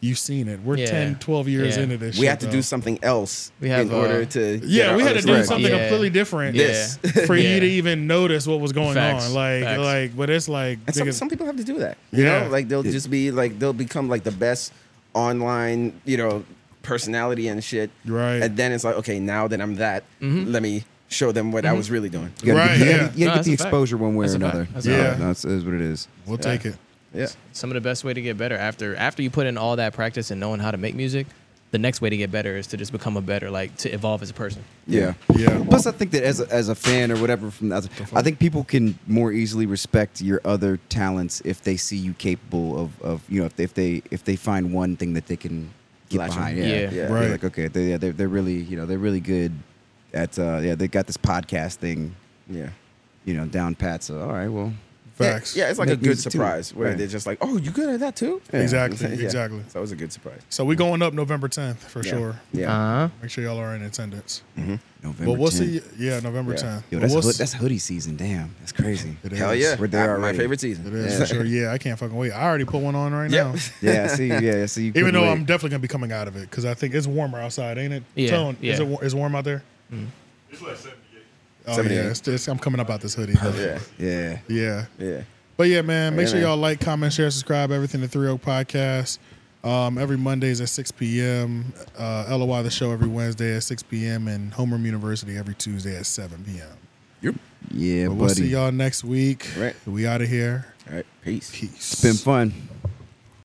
you've seen it. We're Yeah. 10, 12 years Yeah. into this We shit, have to though. do something else We have, in order uh, to. Yeah, we had to do Right. something Yeah. completely different Yeah. Yes. [LAUGHS] for you Yeah. to even notice what was going Facts. on. Like, Facts. like, but it's like, And some, niggas- some people have to do that. You Yeah. know, like they'll just be like they'll become like the best online, you know, personality and shit. Right. And then it's like, okay, now that I'm that, let me show them what I was really doing. You gotta get, Right, you Mm-hmm. yeah. gotta, you No, gotta get that's the a fact. exposure one way That's or a fact. another. That's a yeah, fact. that's is what it is. we'll take it. Yeah. some of the best way to get better after after you put in all that practice and knowing how to make music the next way to get better is to just become a better like to evolve as a person Yeah. Yeah. Plus, I think that as a, as a fan or whatever, from the outside, I think people can more easily respect your other talents if they see you capable of, of you know if they, if they if they find one thing that they can get Latch on. behind. Yeah. Yeah. Yeah. They're Right. Like okay, they, yeah, they're they're really you know they're really good at uh, yeah they got this podcast thing Yeah. you know down pat. So all right, well Facts. Yeah, it's like Make a good music too. surprise where Right. they're just like, "Oh, you good at that too?" Exactly, [LAUGHS] Yeah. exactly. So it was a good surprise. So we going up November 10th for Yeah. sure. Yeah. Uh, uh-huh Make sure y'all are in attendance. November. But we'll 10th. see. Yeah, November Yeah. 10th. Yo, But that's we'll hood- see- that's hoodie season. Damn, that's crazy. It Hell is. yeah. We're there I- my already. favorite It season. is for sure. Yeah, I can't fucking wait. I already put one on right Yeah. [LAUGHS] now. Yeah, I see, yeah, I see. You [LAUGHS] Even couldn't though wait. I'm definitely gonna be coming out of it because I think it's warmer outside, ain't it? Yeah, Tone, is yeah. it wa- is warm out there? It's like 78. Oh 78. yeah, it's, it's, I'm coming up out this hoodie. though. Yeah. yeah. Yeah. Yeah. But yeah, man, make Yeah, sure man. y'all like, comment, share, subscribe, everything to Three Oak Podcast. Um, every Mondays at 6 p.m. Uh, LOI the show every Wednesday at 6 p.m. and Homeroom University every Tuesday at 7 p.m. Yeah, But buddy. we'll see y'all next week. Right. We out of here. All right, peace. Peace. It's been fun.